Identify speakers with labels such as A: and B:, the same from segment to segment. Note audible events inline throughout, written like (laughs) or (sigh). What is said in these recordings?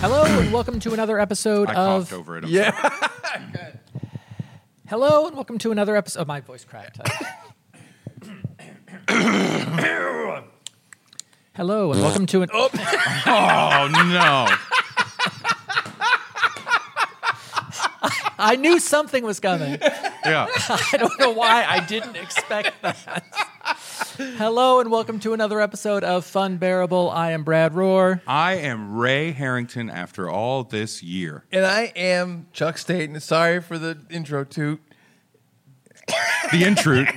A: Hello and welcome to another episode
B: I
A: of
B: coughed over it. I'm
C: Yeah.
B: sorry.
A: Hello and welcome to another episode. Oh, my voice cracked. Hello and welcome to an.
B: Oh
A: (laughs)
B: no.
A: I knew something was coming. (laughs)
B: Yeah.
A: I don't know why I didn't expect that. Hello and welcome to another episode of Fun Bearable. I am Brad Rohr.
B: I am Ray Harrington after all this year.
C: And I am Chuck Staten. Sorry for the intro toot.
B: The intrude.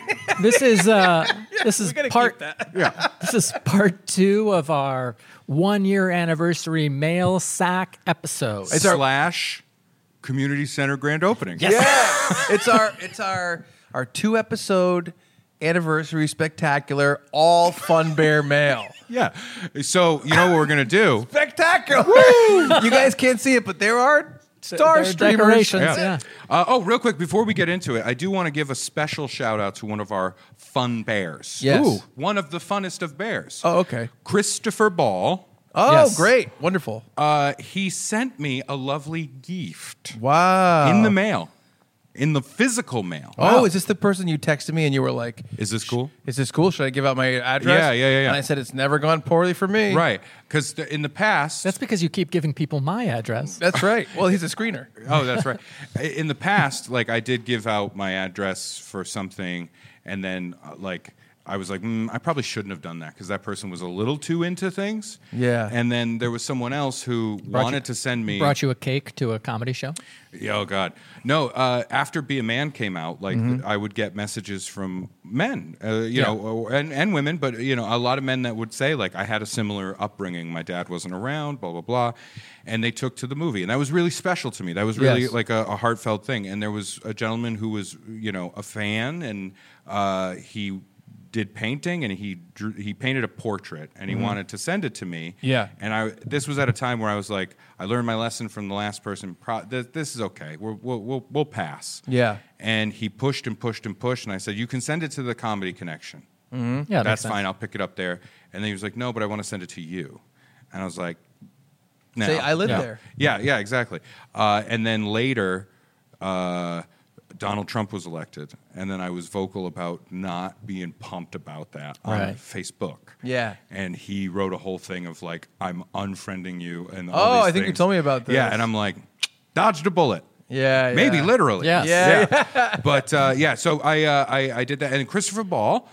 A: This is
B: (laughs)
A: uh, this is
C: gotta keep
A: part
B: Yeah.
A: (laughs) this is part two of our one year anniversary mail sack episode.
C: It's our-
B: slash community center grand opening.
A: Yes.
C: Yeah. it's our it's our our two episode anniversary spectacular all fun bear mail.
B: Yeah. So you know what we're gonna do?
C: Spectacular. you guys can't see it, but there are star
A: There are
C: streamers.
A: decorations.
B: Yeah.
A: Yeah.
B: Uh, oh, real quick before we get into it, I do want to give a special shout out to one of our fun bears.
C: Yes.
B: Ooh, one of the funnest of bears.
C: Oh, okay.
B: Christopher Ball.
C: Oh,
A: Yes.
C: great. Wonderful.
B: Uh, he sent me a lovely gift
C: Wow.
B: in the mail, in the physical mail.
C: Oh, is this the person you texted me and you were like,
B: Is this cool?
C: "Is this cool? Should I give out my address?"
B: Yeah, yeah, yeah, yeah.
C: And I said, "It's never gone poorly for me."
B: Right, because in the past,
A: That's because you keep giving people my address.
C: That's right. Well, he's a screener.
B: oh, that's right. In the past, like I did give out my address for something, and then uh, like I was like, mm, I probably shouldn't have done that because that person was a little too into things.
C: Yeah.
B: And then there was someone else who wanted to send me.
A: Brought you a cake to a comedy show.
B: Yeah, oh God, no. Uh, after Be a Man came out, like I would get messages from men, uh, you
A: Yeah.
B: know, uh, and and women, but you know, a lot of men that would say like I had a similar upbringing. My dad wasn't around, blah blah blah, and they took to the movie, and that was really special to me. That was really
C: Yes.
B: like a, a heartfelt thing. And there was a gentleman who was you know a fan, and uh, he. Did painting and he drew, he painted a portrait and he wanted to send it to me.
C: Yeah.
B: And I this was at a time where I was like, I learned my lesson from the last person. Pro- th- this is okay. We're, we'll, we'll we'll pass.
C: Yeah.
B: And he pushed and pushed and pushed, and I said, you can send it to the Comedy Connection.
A: Yeah,
C: Mm-hmm.
A: that
B: That's
A: makes sense.
B: fine. I'll pick it up there. And then he was like, no, but I want to send it to you. And I was like, no.
C: Say, I live
B: no.
C: there.
B: Yeah. Yeah. Exactly. Uh, and then later. Uh, Donald Trump was elected, and then I was vocal about not being pumped about that on
A: Right.
B: Facebook.
C: Yeah.
B: and he wrote a whole thing of like, "I'm unfriending you," and
C: Oh,
B: all these
C: I think you
B: things.
C: told me about
B: Yeah,
C: this.
B: and I'm like, dodged a bullet.
C: Yeah,
B: Maybe
C: yeah.
B: literally.
A: Yes.
C: Yeah,
B: (laughs) but uh, yeah, so I, uh, I I did that, and Christopher Ball,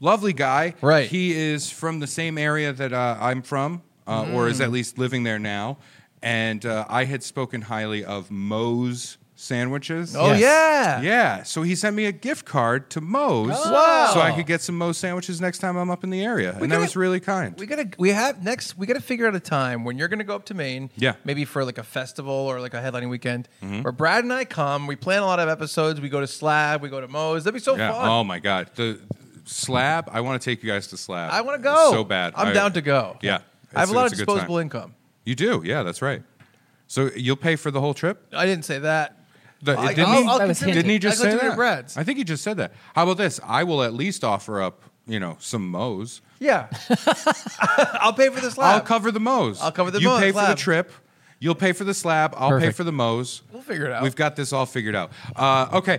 B: lovely guy.
C: Right.
B: He is from the same area that uh, I'm from, uh, or
C: Mm.
B: is at least living there now. And uh, I had spoken highly of Moe's sandwiches.
C: Oh
A: Yes.
C: yeah.
B: Yeah, so he sent me a gift card to Moe's,
C: Oh. Wow.
B: so I could get some Moe's sandwiches next time I'm up in the area, and that
C: gotta-
B: was really kind.
C: We gotta we have next we gotta figure out a time when you're gonna go up to Maine.
B: Yeah. Mm-hmm.
C: Maybe for like a festival or like a headlining weekend where Brad and I come, we plan a lot of episodes, we go to Slab, we go to Moe's. That'd be so
B: Yeah.
C: fun.
B: Oh my God. The slab. I want to take you guys to slab.
C: I wanna go.
B: So bad.
C: I'm
B: I-
C: down to go.
B: Yeah.
C: I have
B: It's-
C: a lot
B: it's
C: of
B: good
C: disposable
B: time.
C: income.
B: You do. Yeah, that's right. So you'll pay for the whole trip.
C: I didn't say that.
B: The-
C: I-
B: didn't,
C: I'll-
B: he,
C: I'll
A: That was
C: contribute.
B: didn't he just
C: I'll
B: say
C: contribute
B: that?
C: Brad's.
B: I think he just said that. How about this? I will at least offer up, you know, some Moe's. (laughs)
C: Yeah. I'll pay for the slab.
B: I'll cover the Moe's.
C: I'll cover the
B: You
C: Moe's
B: pay for the
C: slab.
B: trip. You'll pay for the slab. I'll pay
A: Perfect.
B: for the Moe's.
C: We'll figure it out.
B: We've got this all figured out. Uh, okay.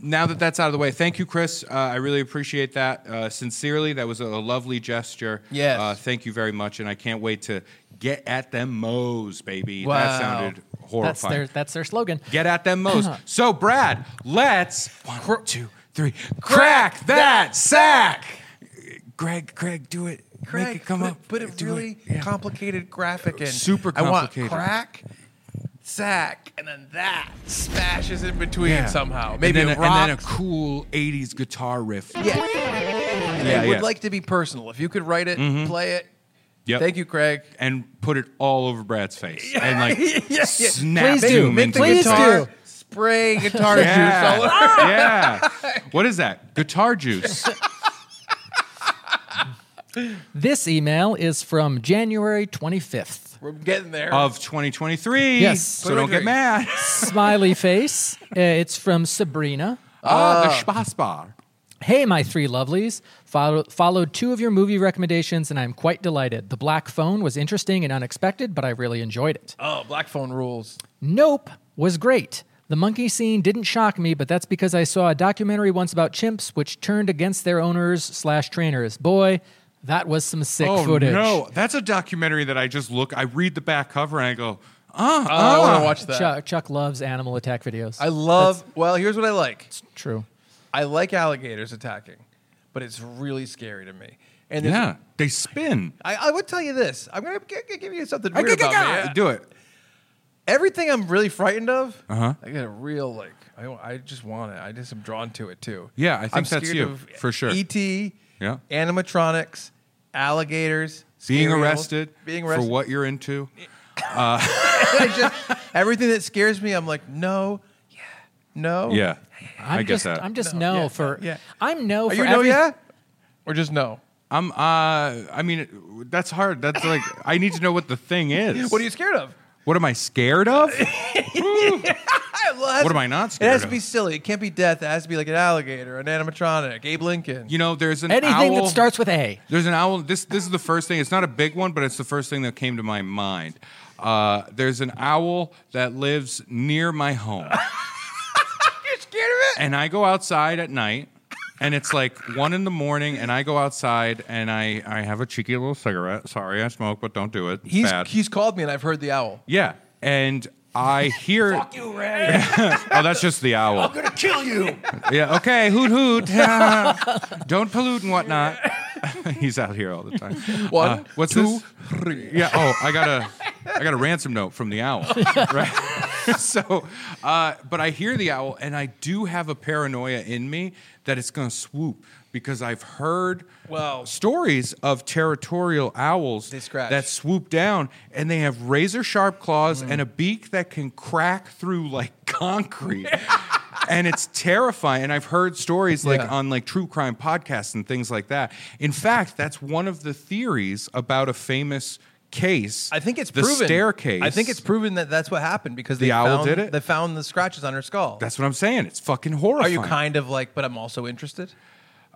B: Now that that's out of the way, thank you, Chris. Uh, I really appreciate that. Uh, sincerely, that was a, a lovely gesture.
C: Yes.
B: Uh, thank you very much. And I can't wait to get at them Moe's, baby.
C: Wow.
B: That sounded
A: That's
B: horrifying.
A: their that's their slogan.
B: Get at them
C: (clears throat)
B: Moe's. so, Brad, let's one, two, three, crack that sack. Greg, Greg, do it.
C: Craig,
B: Make it come
C: put,
B: up.
C: put a
B: Do
C: really complicated graphic in.
B: Super complicated.
C: I want crack, sack, and then that smashes in between
B: Yeah.
C: somehow.
B: And
C: Maybe
B: then
C: a,
B: a, and then a
C: rock.
B: cool '80s guitar riff.
C: yeah. And
B: Yeah,
C: I would
B: yeah. Mm-hmm.
C: like to be personal. If you could write it, play it.
B: Yep.
C: Thank you, Craig.
B: and put it all over Brad's face and like
C: (laughs) Yeah, yeah.
B: snap
A: Please do.
B: zoom
A: Make
B: into
A: the
B: his
A: guitar-
B: face.
A: do.
C: Spray guitar
B: Yeah.
C: juice all over.
B: yeah. What is that? Guitar juice.
A: This email is from January 25th.
C: We're getting there.
B: Of 2023.
A: Yes.
B: So don't get
C: 2023.
B: mad.
A: Smiley face. Uh, it's from Sabrina.
B: Oh, Ah, the Spaß Bar.
A: Hey, my three lovelies. Follow, followed two of your movie recommendations, and I'm quite delighted. The Black Phone was interesting and unexpected, but I really enjoyed it.
C: Oh, black phone rules.
A: Nope was great. The monkey scene didn't shock me, but that's because I saw a documentary once about chimps which turned against their owners slash trainers. Boy, that was some sick
B: oh
A: footage.
B: no, that's a documentary that I just look. I read the back cover and I go, ah,
C: Oh, I want to watch that.
A: Chuck, Chuck loves animal attack videos.
C: I love. well, here's what I like.
A: True.
C: I like alligators attacking, but it's really scary to me. And there's-
B: yeah, they spin.
C: I, I would tell you this. I'm gonna g- g- give you something weird about me.
B: Do it.
C: Everything I'm really frightened of,
B: Uh-huh.
C: I get a real like. I, wa- I just want it. I just am drawn to it too.
B: Yeah, I think
C: I'm
B: that's
C: scared
B: you,
C: of E
B: for sure.
C: ET,
B: Yeah.
C: animatronics, alligators,
B: Being
C: scary animals,
B: arrested,
C: being arrested
B: for what you're into.
C: I just, everything that scares me, I'm like, no, yeah, no,
B: Yeah,
A: Oh. I'm
B: I get
A: just,
B: that.
A: I'm just
C: No,
A: no,
C: yeah,
A: for.
C: yeah.
A: I'm no
C: Are
A: for
C: you no
A: every-
C: yeah, or just no?
B: I'm. Uh, I mean, that's hard. That's like I need to know what the thing is.
C: What are you scared of?
B: What am I scared of?
C: What
B: What am I not
C: It
B: scared
C: has to be
B: of?
C: silly. It can't be death. It has to be like an alligator, an animatronic, Abe Lincoln.
B: you know, there's an
A: Anything
B: owl-
A: that starts with A.
B: There's an owl. This this is the first thing. It's not a big one, but it's the first thing that came to my mind. Uh, there's an owl that lives near
A: (laughs)
B: my home,
C: are scared of
B: and I go outside at night, and it's like one in the morning, and I go outside and I I have a cheeky little cigarette. Sorry, I smoke, but don't do it. It's
C: He's
B: bad.
C: he's called me, and I've heard the owl.
B: yeah, and
C: (laughs)
B: I hear.
C: You ran.
B: (laughs) Oh, that's just the owl.
C: gonna kill you.
B: (laughs) Yeah, okay, hoot hoot. (laughs) Don't pollute and whatnot. (laughs) He's out here all the time. Uh,
C: One,
B: what's
C: two,
B: this? Yeah, oh, I got a I got a ransom note from the owl. (laughs) Right? (laughs) so uh, but I hear the owl and I do have a paranoia in me that it's gonna swoop because I've heard
C: Wow.
B: stories of territorial owls
C: They scratch.
B: that swoop down and they have razor sharp claws and a
C: Mm.
B: beak that can crack through like (laughs) concrete. and it's terrifying. And I've heard stories like
C: Yeah.
B: on like true crime podcasts and things like that. In fact, that's one of the theories about a famous case.
C: I think it's
B: the
C: proven.
B: staircase.
C: I think it's proven that that's what happened because
B: The
C: they
B: owl
C: found,
B: did it?
C: They found the scratches on her skull.
B: that's what I'm saying. It's fucking
C: Are
B: horrifying.
C: you kind of like? But I'm also interested.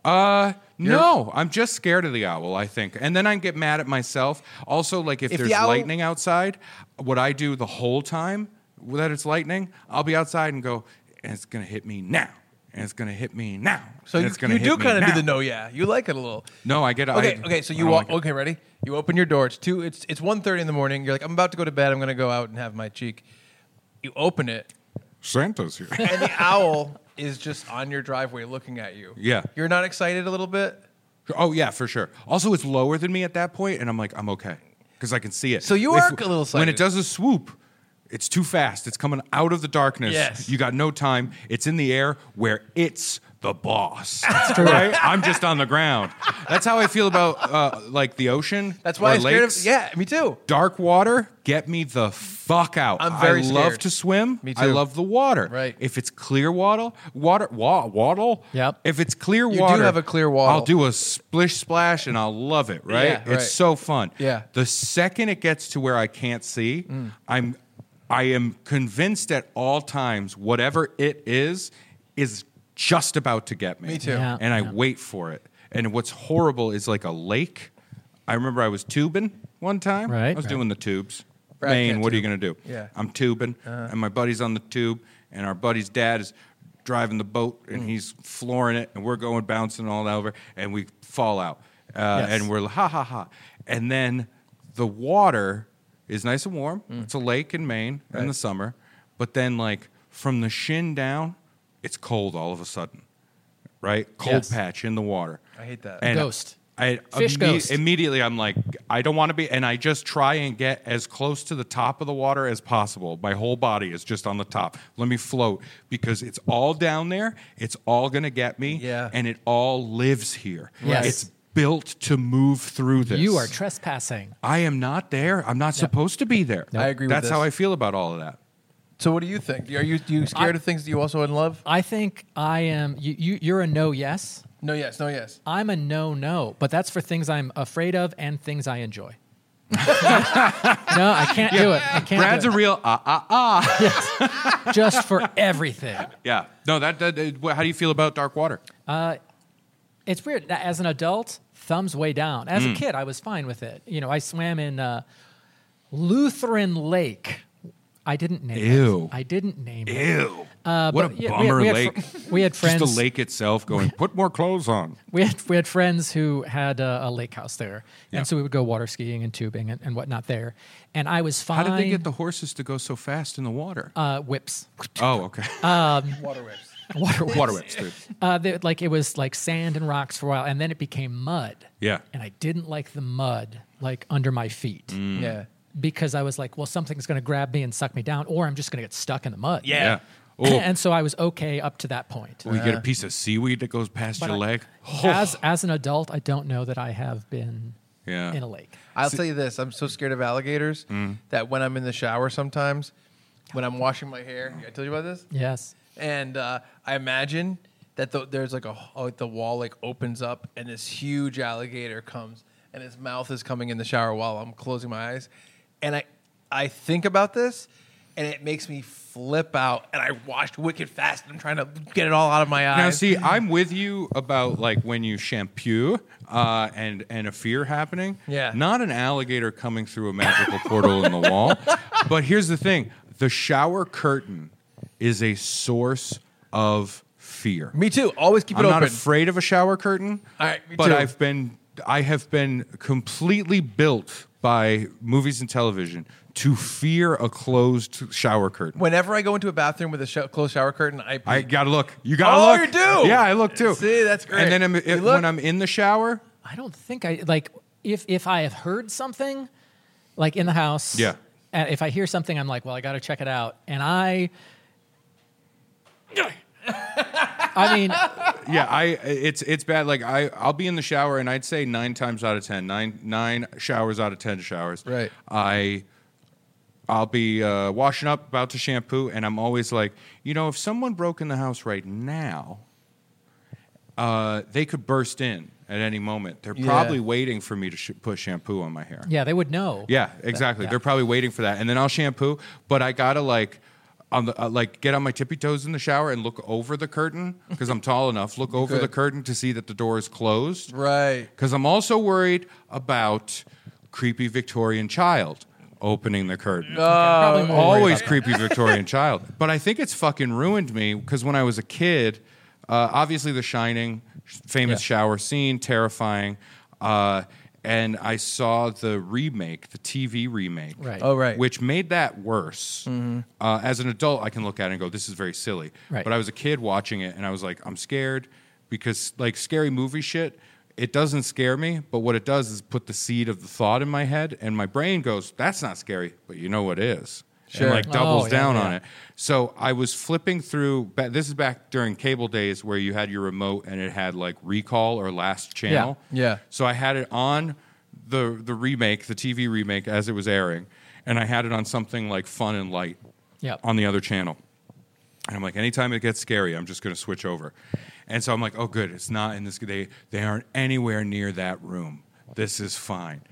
B: Uh, no, I'm just scared of the owl. I think, and then I get mad at myself. Also, like if,
C: If the
B: there's
C: owl-
B: lightning outside, what I do the whole time that it's lightning, I'll be outside and go, and it's gonna hit me now, and it's gonna hit me now.
C: So
B: and
C: you,
B: it's gonna
C: you
B: hit
C: do
B: me
C: kind of do
B: now."
C: the no, yeah. You like it a little.
B: No, I get.
C: Okay,
B: I,
C: okay. So
B: I
C: you
B: don't
C: walk.
B: like it.
C: okay, ready? You open your door. It's two. It's it's one thirty in the morning. You're like, I'm about to go to bed. I'm gonna go out and have my cheek. You open it,
B: Santa's here. (laughs)
C: and the owl is just on your driveway looking at you.
B: Yeah.
C: You're not excited a little bit.
B: oh yeah, for sure. Also, it's lower than me at that point, and I'm like, I'm okay because I can see it.
C: So you
B: If-
C: are a little
B: when
C: sighted.
B: it does a swoop. It's too fast. It's coming out of the darkness.
C: Yes.
B: You got no time. It's in the air where it's the
C: (laughs)
B: boss.
A: true.
B: Right? I'm just on the ground. That's how I feel about uh, like the ocean.
C: That's why
B: or
C: I'm scared of.
B: lakes.
C: Yeah, me too.
B: Dark water, get me the fuck out.
C: I'm very
B: I love
C: scared.
B: to swim.
C: Me
B: I
C: too.
B: love the water.
C: Right.
B: If it's clear water, water, wa- waddle.
A: Yep.
B: If it's clear
C: do
B: water,
C: have a clear waddle.
B: I'll do a splish splash and I'll love it. Right.
C: Yeah,
B: it's
C: right.
B: so fun.
C: Yeah. Mm.
B: The second it gets to where I can't see, I'm, I am convinced at all times whatever it is is just about to get me.
C: Me too.
A: Yeah.
B: And I wait for it. And what's horrible is like a lake. I remember I was tubing one time.
A: Right.
B: I was
A: Right.
B: doing the tubes.
C: Brad
B: Maine,
C: can't
B: what are you
C: tube.
B: going to do?
C: Yeah. Uh-huh.
B: I'm tubing, and my buddy's on the tube, and our buddy's dad is driving the boat, and
C: Mm.
B: he's flooring it, and we're going bouncing all over, and we fall out. Uh,
A: Yes.
B: And we're like, ha ha ha. And then the water is nice and warm.
C: Mm.
B: It's a lake in Maine in the summer. But then, like, from the shin down, it's cold all of a sudden, right? Cold
A: Yes.
B: patch in the water.
C: I hate that.
B: And
A: Ghost.
B: I
A: Fish ghost.
B: immediately I'm like, I don't want to be, and I just try and get as close to the top of the water as possible. My whole body is just on the top. Let me float because it's all down there. It's all gonna get me,
C: Yeah.
B: and it all lives here.
A: Yes.
B: It's built to move through this.
A: You are trespassing.
B: I am not there. I'm not supposed to be there.
C: I agree with
B: That's how
C: this.
B: I feel about all of that.
C: So what do you think? Are you you scared
A: I-
C: of things that you also in love?
A: I think I am. You, you, you're a no yes.
C: No, yes, no, yes.
A: I'm a no no, but that's for things I'm afraid of and things I enjoy. (laughs) no, I can't do it. I can't.
B: Brad's
A: do
B: a
A: it.
B: real ah ah ah.
A: just for everything.
B: uh, yeah. No, that, that. How do you feel about dark water?
A: Uh, It's weird. that As an adult, thumbs way down. As a
B: Mm.
A: kid, I was fine with it. You know, I swam in uh, Lutheran Lake. I didn't name
B: Ew.
A: it. I didn't name it.
B: Ew.
A: Uh,
B: what a
A: but, yeah, we had-
B: bummer
A: we had
B: lake.
A: fr- we had friends.
B: Just the lake itself
A: (laughs)
B: going, put more clothes on.
A: we had we had friends who had a, a lake house there,
B: Yeah.
A: and so we would go water skiing and tubing and, and whatnot there. And I was
B: How
A: fine.
B: did they get the horses to go so fast in the water?
A: uh, whips, (laughs)
B: oh, okay. (laughs)
C: Water whips.
A: water whips?
B: water whips, dude.
A: Uh, they, like it was like sand and rocks for a while, and then it became mud.
B: Yeah.
A: and I didn't like the mud like under my feet
B: Mm.
C: Yeah.
A: because I was like, well, something's going to grab me and suck me down, or I'm just going to get stuck in the mud.
B: Yeah.
A: (clears throat)
B: Oh,
A: and so I was okay up to that point.
B: we get a piece of seaweed that goes past your
A: Uh, I- (laughs)
B: leg.
A: As as an adult, I don't know that I have been
B: Yeah.
A: in a lake.
C: I'll tell you this: I'm so scared of alligators
B: Mm.
C: that when I'm in the shower, sometimes when I'm washing my hair, I told you about this,
A: Yes.
C: and uh, I imagine that the, there's like a like the wall like opens up, and this huge alligator comes, and his mouth is coming in the shower while I'm closing my eyes, and I I think about this. And it makes me flip out, and I washed wicked fast. and I'm trying to get it all out of my eyes.
B: Now, see, I'm with you about like when you shampoo uh, and and a fear happening.
C: Yeah.
B: Not an alligator coming through a magical portal in the
A: (laughs)
B: wall. But here's the thing: the shower curtain is a source of fear.
C: me too. Always keep it
B: I'm
C: open.
B: not afraid of a shower curtain.
C: All right, me
B: but
C: too.
B: I've been I have been completely built by movies and television to fear a closed shower curtain.
C: Whenever I go into a bathroom with a sho closed shower curtain, I,
B: I gotta look. You gotta
C: Oh,
B: look.
C: you do?
B: Yeah, I look too.
C: See, that's great.
B: And then I'm,
C: You
B: it,
C: look?
B: when I'm in the shower,
A: I don't think I like if if I have heard something like in the house.
B: Yeah.
A: uh, If I hear something, I'm like, well, I got to check it out, and
B: (laughs)
A: I. I mean,
B: yeah, I it's it's bad. Like I I'll be in the shower and I'd say nine times out of ten, nine nine showers out of ten showers.
C: Right.
B: I I'll be uh, washing up, about to shampoo, and I'm always like, you know, if someone broke in the house right now, uh, they could burst in at any moment. They're
C: Yeah.
B: probably waiting for me to sh- put shampoo on my hair.
A: yeah, they would know.
B: Yeah, exactly.
A: yeah.
B: They're probably waiting for that, and then I'll shampoo. But I gotta like, on the uh, like, get on my tippy toes in the shower and look over the curtain because I'm tall enough. Look over the
C: good.
B: curtain to see that the door is closed.
C: right.
B: Because I'm also worried about creepy Victorian child opening the curtain.
A: Probably more worried
B: Uh, Always
A: about (laughs)
B: creepy Victorian child. But I think it's fucking ruined me because when I was a kid, uh, obviously The Shining, sh- famous shower scene, terrifying. Uh, and I saw the remake, the TV remake.
A: Right. Mm-hmm.
C: Oh, right.
B: Which made that worse. Uh, as an adult, I can look at it and go, this is very silly.
A: Right.
B: But I was a kid watching it and I was like, I'm scared because, like, scary movie shit. It doesn't scare me, but what it does is put the seed of the thought in my head, and my brain goes, "That's not scary," but you know what is,
C: Sure.
B: and like doubles
A: Oh, yeah,
B: down
A: yeah.
B: on it. So I was flipping through. ba- This is back during cable days where you had your remote and it had like recall or last channel.
C: Yeah.
B: So I had it on the the remake, the TV remake as it was airing, and I had it on something like fun and light
A: Yep.
B: on the other channel. And I'm like, anytime it gets scary, I'm just going to switch over. And so I'm like, oh, good, it's not in this. They they aren't anywhere near that room. This is fine.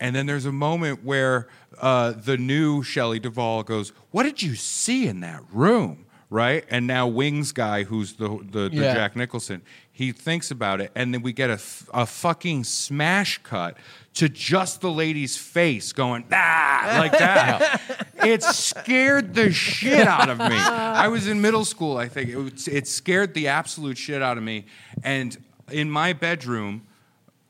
B: And then there's a moment where uh, the new Shelley Duvall goes, "What did you see in that room?" Right? And now Wings guy, who's the the, the
C: Yeah.
B: Jack Nicholson, he thinks about it, and then we get a f- a fucking smash cut to just the lady's face going ah like that. it scared the shit out of me. I was in middle school, I think. It, was- it scared the absolute shit out of me, and in my bedroom.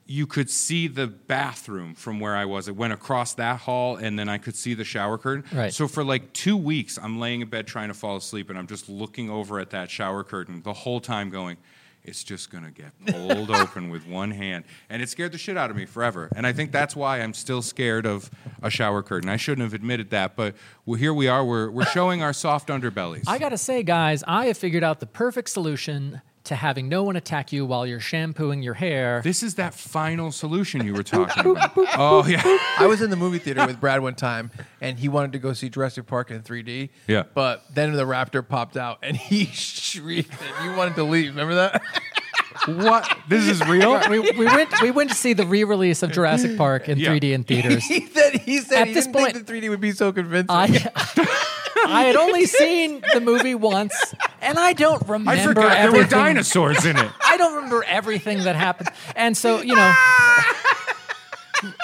B: You could see the bathroom from where I was. It went across that hall, and then I could see the shower curtain.
A: Right.
B: So for like two weeks, I'm laying in bed trying to fall asleep, and I'm just looking over at that shower curtain the whole time, going, "It's just
A: (laughs)
B: gonna get pulled open with one hand," and it scared the shit out of me forever. And I think that's why I'm still scared of a shower curtain. I shouldn't have admitted that, but well, here we are. We're we're showing our soft underbellies.
A: I gotta say, guys, I have figured out the perfect solution to having no one attack you while you're shampooing your hair.
B: this is that final solution you were talking about. oh yeah.
C: I was in the movie theater with Brad one time, and he wanted to go see Jurassic Park in 3D.
B: Yeah.
C: But then the raptor popped out, and he (laughs) shrieked, and you wanted to leave. Remember that? (laughs)
B: What? This is real.
A: we, we went we went to see the re-release of Jurassic Park in
B: Yeah.
A: 3D in
B: (laughs)
A: theaters.
C: he said he said
A: At
C: he
A: this
C: didn't
A: point-
C: think the 3D would be so convincing.
A: I I had only seen the movie once, and I don't remember.
B: I forgot there were
A: everything-
B: dinosaurs in it.
A: I don't remember everything that happened. And so, you know,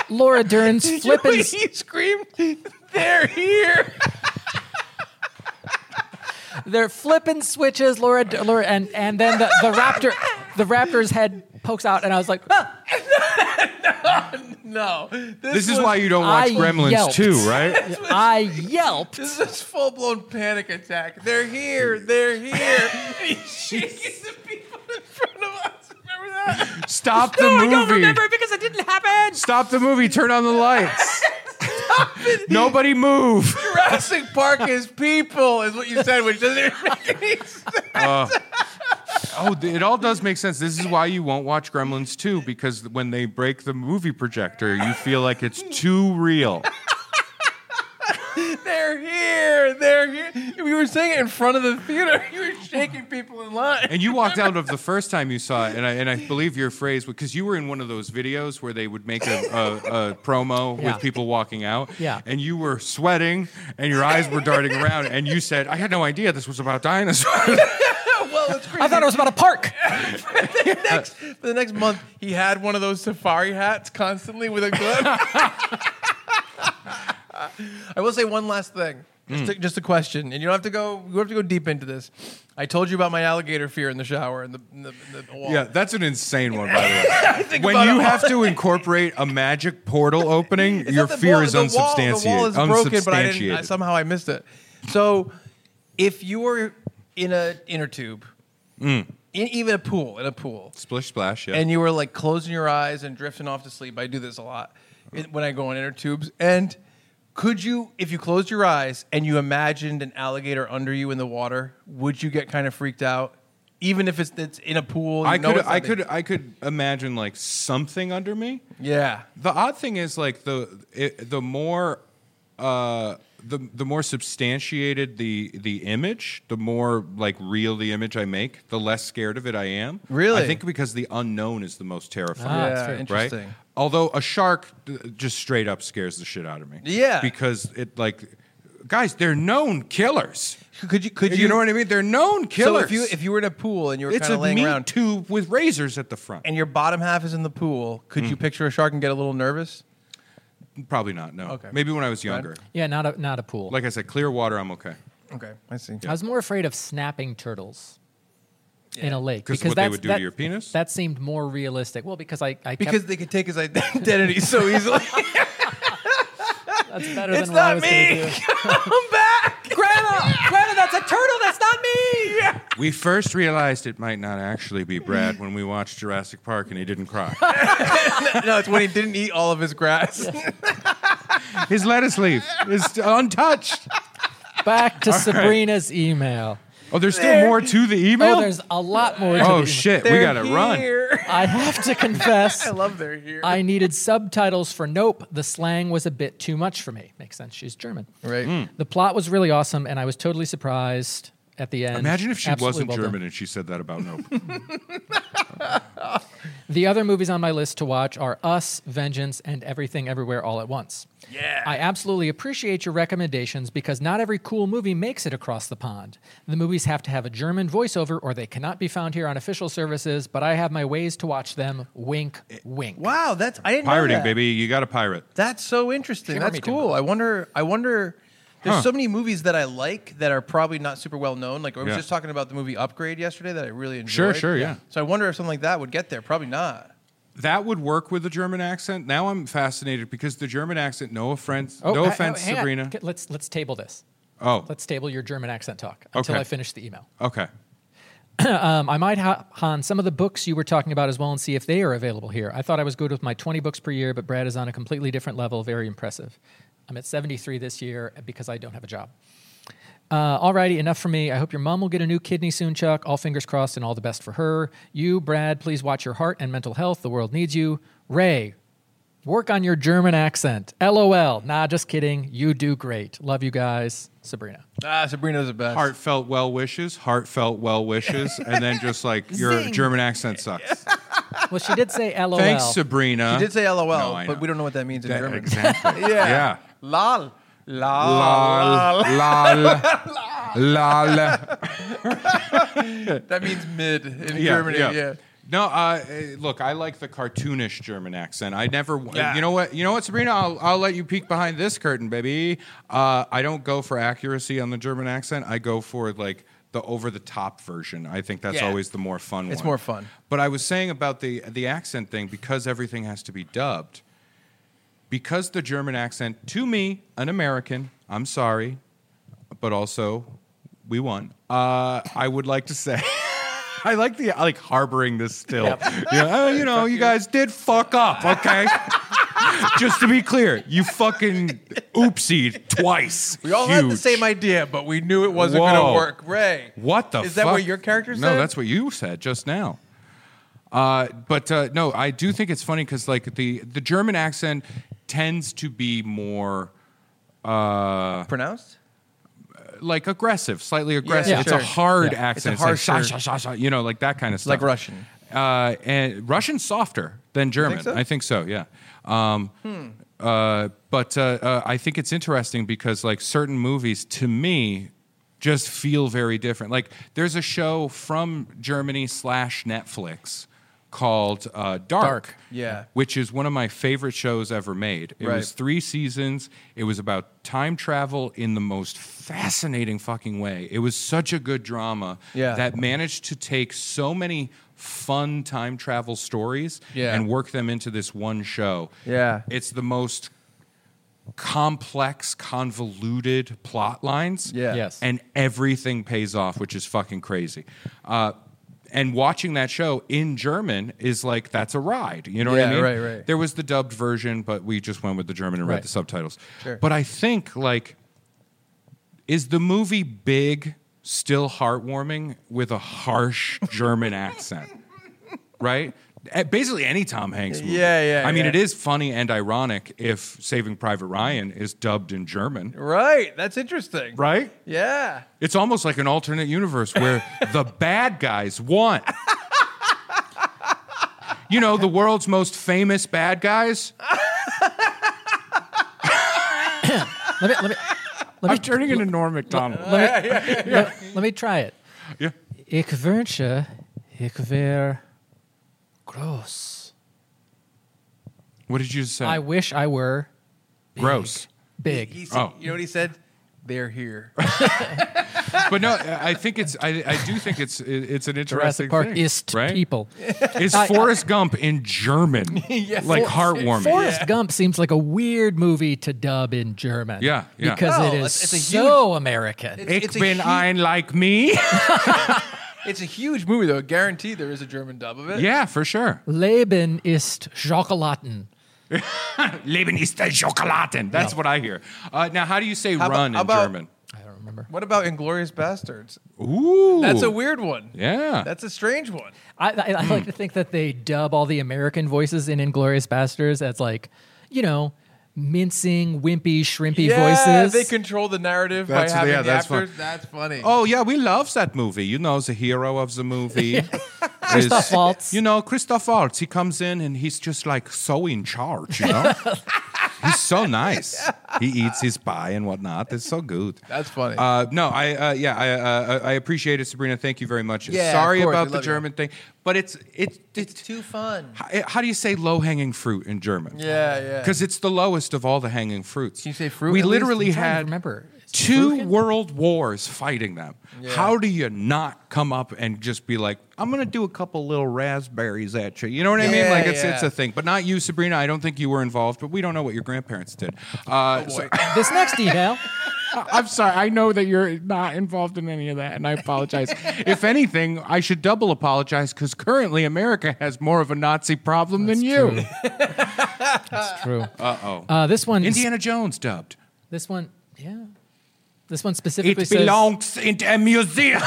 A: Laura Dern's (laughs) flipping.
C: (laughs) (laughs) He screamed, "They're here!" (laughs)
A: They're flipping switches, Laura, D- Laura and, and then the, the raptor, the raptor's head pokes out, and I was like, ah!
C: No,
B: This is why you don't watch
A: I
B: Gremlins
A: yelped.
B: too,
A: (laughs)
B: right?
A: I yelped.
C: This is full blown panic attack. They're here. They're here. (laughs) and he's shaking the people in front of us. Remember that? (laughs)
B: Stop the
A: No, I
B: movie.
A: don't remember it because it didn't happen.
B: Stop the movie. Turn on
A: (laughs)
B: the lights. Nobody move.
C: Jurassic Park is people, is what you said, which doesn't even make any (laughs) sense.
B: Oh, th- it all does make sense. This is why you won't watch Gremlins 2 because when they break the movie projector, you feel like it's too real.
C: They're here. They're here. We were saying it in front of the theater. (laughs) You were shaking people in (laughs) line.
B: And you walked out of the first time you saw it, and I, and I believe your phrase because you were in one of those videos where they would make a, a, a promo
A: Yeah.
B: with people walking out.
A: Yeah.
B: And you were sweating, and your eyes were darting around, and you said, "I had no idea this was about dinosaurs."
C: well, it's crazy.
A: I thought it was about a park.
C: next, for the next month, he had one of those safari hats constantly with a gun. (laughs) I will say one last thing. Just, a, just a question, and you don't have to go. You don't have to go deep into this. I told you about my alligator fear in the shower and the, and the, and the wall.
B: yeah, that's an insane one,
C: (laughs)
B: by the way.
C: think
B: when
C: about
B: you
C: it
B: have to incorporate a magic
C: (laughs)
B: portal opening,
C: It's
B: your
C: not the
B: fear
C: wall-
B: is
C: the wall- the wall
B: unsubstantiated.
C: is broken, but I didn't- I-
B: unsubstantiated.
C: somehow I missed it. So, if you were in a inner tube,
B: Mm.
C: in, even a pool, in a pool,
B: Splish splash, yeah.
C: and you were like closing your eyes and drifting off to sleep. I do this a lot it- when I go on inner tubes. And could you, if you closed your eyes and you imagined an alligator under you in the water, would you get kind of freaked out? Even if it's, it's in a pool, you
B: I
C: know
B: could
C: it's
B: I
C: not-
B: could I could imagine like something under me.
C: yeah.
B: The odd thing is like the it, the more uh the the more substantiated the the image, the more like real the image I make, the less scared of it I am.
C: Really?
B: I think because the unknown is the most terrifying.
A: Ah, that's
C: yeah,
A: fair.
B: right?
C: interesting.
B: Although a shark d- just straight up scares the shit out of me.
C: Yeah.
B: Because it like guys, they're known killers.
C: Could you? Could
B: You,
C: you?
B: know what I mean? They're known
C: So
B: killers.
C: if you if you were in a pool and you were
B: it's
C: kind
B: a
C: of laying
B: meat
C: around
B: tube with razors at the front.
C: and your bottom half is in the pool, could
B: Mm.
C: you picture a shark and get a little nervous?
B: Probably not. No.
C: Okay.
B: Maybe when I was younger.
A: Yeah, not a not a pool.
B: Like I said, clear water, I'm okay.
C: Okay, I see.
A: I was more afraid of snapping turtles in a lake
B: 'Cause of what they
A: that's-
B: would do to
A: that,
B: your penis?
A: That seemed more realistic. Well, because I, I
C: Because
A: kept,
C: they could take his (laughs)
B: (laughs)
C: identity so easily.
A: that's better
C: it's
A: than what I
C: not
A: was gonna
C: me.
A: do.
C: Come back.
A: (laughs) Grandma, Grandma, that's a turtle. That's not me.
B: We first realized it might not actually be Brad when we watched Jurassic Park and he didn't
C: (laughs)
B: cry.
C: (laughs) no, it's when he didn't eat all of his grass.
B: His lettuce leaf is untouched.
A: (laughs) Back to Sabrina's email.
B: Oh, there's still more to the email?
A: Oh, there's a lot more. To the
B: Oh,
C: (laughs)
A: email.
B: shit. we
C: They're
B: got to run.
C: here.
A: I have to confess,
C: I love they're here.
A: I needed subtitles for Nope. The slang was a bit too much for me. Makes sense. She's German.
C: right.
B: Hmm.
A: The plot was really awesome, and I was totally surprised at the end.
B: Imagine if she
A: Absolutely
B: wasn't
A: well done.
B: German and she said that about
C: (laughs)
B: Nope.
A: The other movies on my list to watch are Us, Vengeance, and Everything Everywhere All at Once.
C: Yeah.
A: I absolutely appreciate your recommendations because not every cool movie makes it across the pond. The movies have to have a German voiceover or they cannot be found here on official services, but I have my ways to watch them. Wink, wink.
C: Wow, that's I didn't know
B: Pirating,
C: that.
B: baby. You got to pirate.
C: That's so interesting.
A: Shiver
C: that's
A: me
C: cool.
A: timbers.
C: I wonder. I wonder. There's
B: Huh.
C: so many movies that I like that are probably not super well known. Like I was
B: Yeah.
C: just talking about the movie Upgrade yesterday that I really enjoyed.
B: Sure, sure, yeah.
C: So I wonder if something like that would get there. Probably not.
B: That would work with a German accent. Now I'm fascinated because the German accent, no offense,
A: Oh,
B: no
A: ha- ha-
B: offense,
A: hang on.
B: Sabrina.
A: Okay, Let's, let's table this.
B: Oh,
A: Let's table your German accent talk until
B: Okay.
A: I finish the email.
B: okay.
A: Um, I might hop on some of the books you were talking about as well and see if they are available here. I thought I was good with my 20 books per year, but Brad is on a completely different level. Very impressive. I'm at 73 this year because I don't have a job. Uh, alrighty, enough for me. I hope your mom will get a new kidney soon, Chuck. All fingers crossed and all the best for her. You, Brad, please watch your heart and mental health. The world needs you. Ray, work on your German accent. LOL. Nah, just kidding. You do great. Love you guys.
B: (laughs)
A: Sabrina.
C: Ah, Sabrina's the best.
B: Heartfelt well wishes, heartfelt well wishes, and then
A: (laughs)
B: just like your
A: Zing. Oh,
B: German
A: (laughs)
B: accent sucks.
A: Well, she did say LOL.
B: Thanks, Sabrina.
C: She did say LOL,
B: No, I
C: but
B: know.
C: we don't know what that means in
B: That-
C: German.
B: exactly.
C: (laughs) yeah.
B: yeah.
C: Lol. Lol. (laughs)
B: Lol, lol, lol.
C: that means mid in
B: Yeah,
C: Germany. Yeah.
B: No, uh, eh, look, I like the cartoonish German accent. I never, w-
C: Yeah.
B: you know what, you know what, Sabrina, I'll, I'll let you peek behind this curtain, baby. Uh, I don't go for accuracy on the German accent. I go for like the over the top version. I think that's
C: Yeah.
B: always the more fun.
C: It's
B: one.
C: more fun.
B: But I was saying about the the accent thing because everything has to be dubbed. Because the German accent, to me, an American, I'm sorry, but also we won. Uh, I would like to say. (laughs) I like the I like harboring this still. Yeah, uh, you know, you guys did fuck up, okay? (laughs) Just to be clear, you fucking oopsied twice.
C: We all had the
B: Huge.
C: same idea, but we knew it wasn't going
B: Whoa.
C: to work. Ray,
B: What the?
C: is that? What
B: fuck?
C: your character said?
B: No, that's what you said just now. Uh, but uh, no, I do think it's funny because like the the German accent tends to be more uh,
C: pronounced.
B: like aggressive, slightly aggressive.
C: Yeah,
B: it's a
C: sure.
B: hard
A: Yeah.
B: accent.
C: It's
B: It's,
C: a
B: like
C: harsher-
B: "Sha, sha, sha, sha," you know, like that kind of stuff.
C: Like Russian.
B: Uh, and Russian's softer than German.
C: so? Hmm.
B: I think so. Yeah. Um, uh, but uh, uh, I think it's interesting because like certain movies to me just feel very different. Like there's a show from Germany slash Netflix called uh, Dark,
A: Dark.
C: Yeah.
B: which is one of my favorite shows ever made. It
C: Right.
B: was three seasons. It was about time travel in the most fascinating fucking way. It was such a good drama
C: Yeah.
B: that managed to take so many fun time travel stories
C: Yeah.
B: and work them into this one show.
C: Yeah.
B: It's the most complex, convoluted plot lines.
C: Yeah.
A: Yes.
B: And everything pays off, which is fucking crazy. Uh, and watching that show in German is like that's a ride. You know what
C: Yeah,
B: I mean?
C: right, right.
B: There was the dubbed version, but we just went with the German and read
A: Right.
B: the subtitles.
C: Sure.
B: But I think like is the movie big still heartwarming with a harsh
C: (laughs)
B: German accent? Right? Eh, Basically, any Tom Hanks movie.
C: Yeah, yeah,
B: I mean,
C: yeah.
B: it is funny and ironic if Saving Private Ryan is dubbed in German,
C: Right. That's interesting.
B: right?
C: Yeah.
B: It's almost like an alternate universe where the bad guys won. You know, the world's most famous bad guys.
A: Let me let me let me
B: I'm turning into Norm McDonald. (laughs)
A: let me, let, let me try it.
B: Yeah.
A: Ich wünsche, ich wär groß.
B: What did you say?
A: I wish I were
B: Gross.
A: big.
C: He, he,
B: Oh.
C: You know what he said? They're here. (laughs)
B: But no, I think it's. I, I do think it's. It's an interesting
A: Jurassic Park
B: thing.
A: ist
B: right?
A: people.
B: Is
A: I-
B: Forrest Gump in German
C: Yes.
B: like (laughs)
C: For-
B: heartwarming?
A: Forrest Gump seems like a weird movie to dub in German.
B: Yeah, yeah.
A: Because
C: No,
A: it is
C: Oh, it's- it's a
A: so American.
B: ich
C: It's a
B: bin
C: huge-
B: ein like me.
C: It's a huge movie, though. Guaranteed there is a German dub of it.
B: yeah, for sure.
A: Leben ist Schokolaten.
B: Leben ist der Schokoladen. That's what I hear. Uh, now, how do you say
C: about-
B: run
C: how
B: in
C: about-
B: German?
A: I don't remember.
C: What about Inglorious Bastards?
B: Ooh,
C: That's a weird one.
B: Yeah.
C: That's a strange one.
A: I, I, I
B: Hmm.
A: like to think that they dub all the American voices in Inglorious Bastards as like, you know, mincing, wimpy, shrimpy
C: Yeah,
A: voices.
C: They control the narrative
B: That's-
C: by having
B: yeah, that's
C: actors.
B: fun.
C: That's funny.
B: Oh yeah, we love that movie. You know, the hero of the
C: (laughs)
B: movie. is- (laughs)
A: Christoph Waltz.
B: You know, Christoph Waltz. He comes in and he's just like so in charge. You
C: (laughs)
B: know, he's so nice. He eats his pie and whatnot. It's so good.
C: That's funny.
B: Uh, no, I uh, yeah, I, uh, I appreciate it, Sabrina. Thank you very much.
C: Yeah, of
B: Sorry
C: course. We
B: about the
C: love you.
B: German thing, but it's it's it's,
C: too fun.
B: how, how do you say low hanging fruit in German?
C: Yeah, yeah.
B: because it's the lowest of all the hanging fruits.
C: Can you say fruit
B: We
C: at least?
B: literally
A: I'm trying to
B: had
A: remember. Is it
B: two
A: Frugen?
B: world wars fighting them.
C: Yeah.
B: How do you not come up and just be like, "I'm gonna do a couple little raspberries at you"? You know what I mean?
C: Yeah,
B: Like it's
C: yeah.
B: it's a thing, but not you, Sabrina. I don't think you were involved, but we don't know what your grandparents did. (laughs) Uh, so-
C: Boy.
A: this next email.
B: I'm sorry. I know that you're not involved in any of that, and I (laughs) apologize. if anything, I should double apologize because currently America has more of a Nazi problem than you.
A: That's true.
B: Uh oh.
A: Uh, this one.
B: Indiana Jones dubbed.
A: This one. Yeah. This one specifically
B: It
A: says.
B: belongs in a (laughs) museum.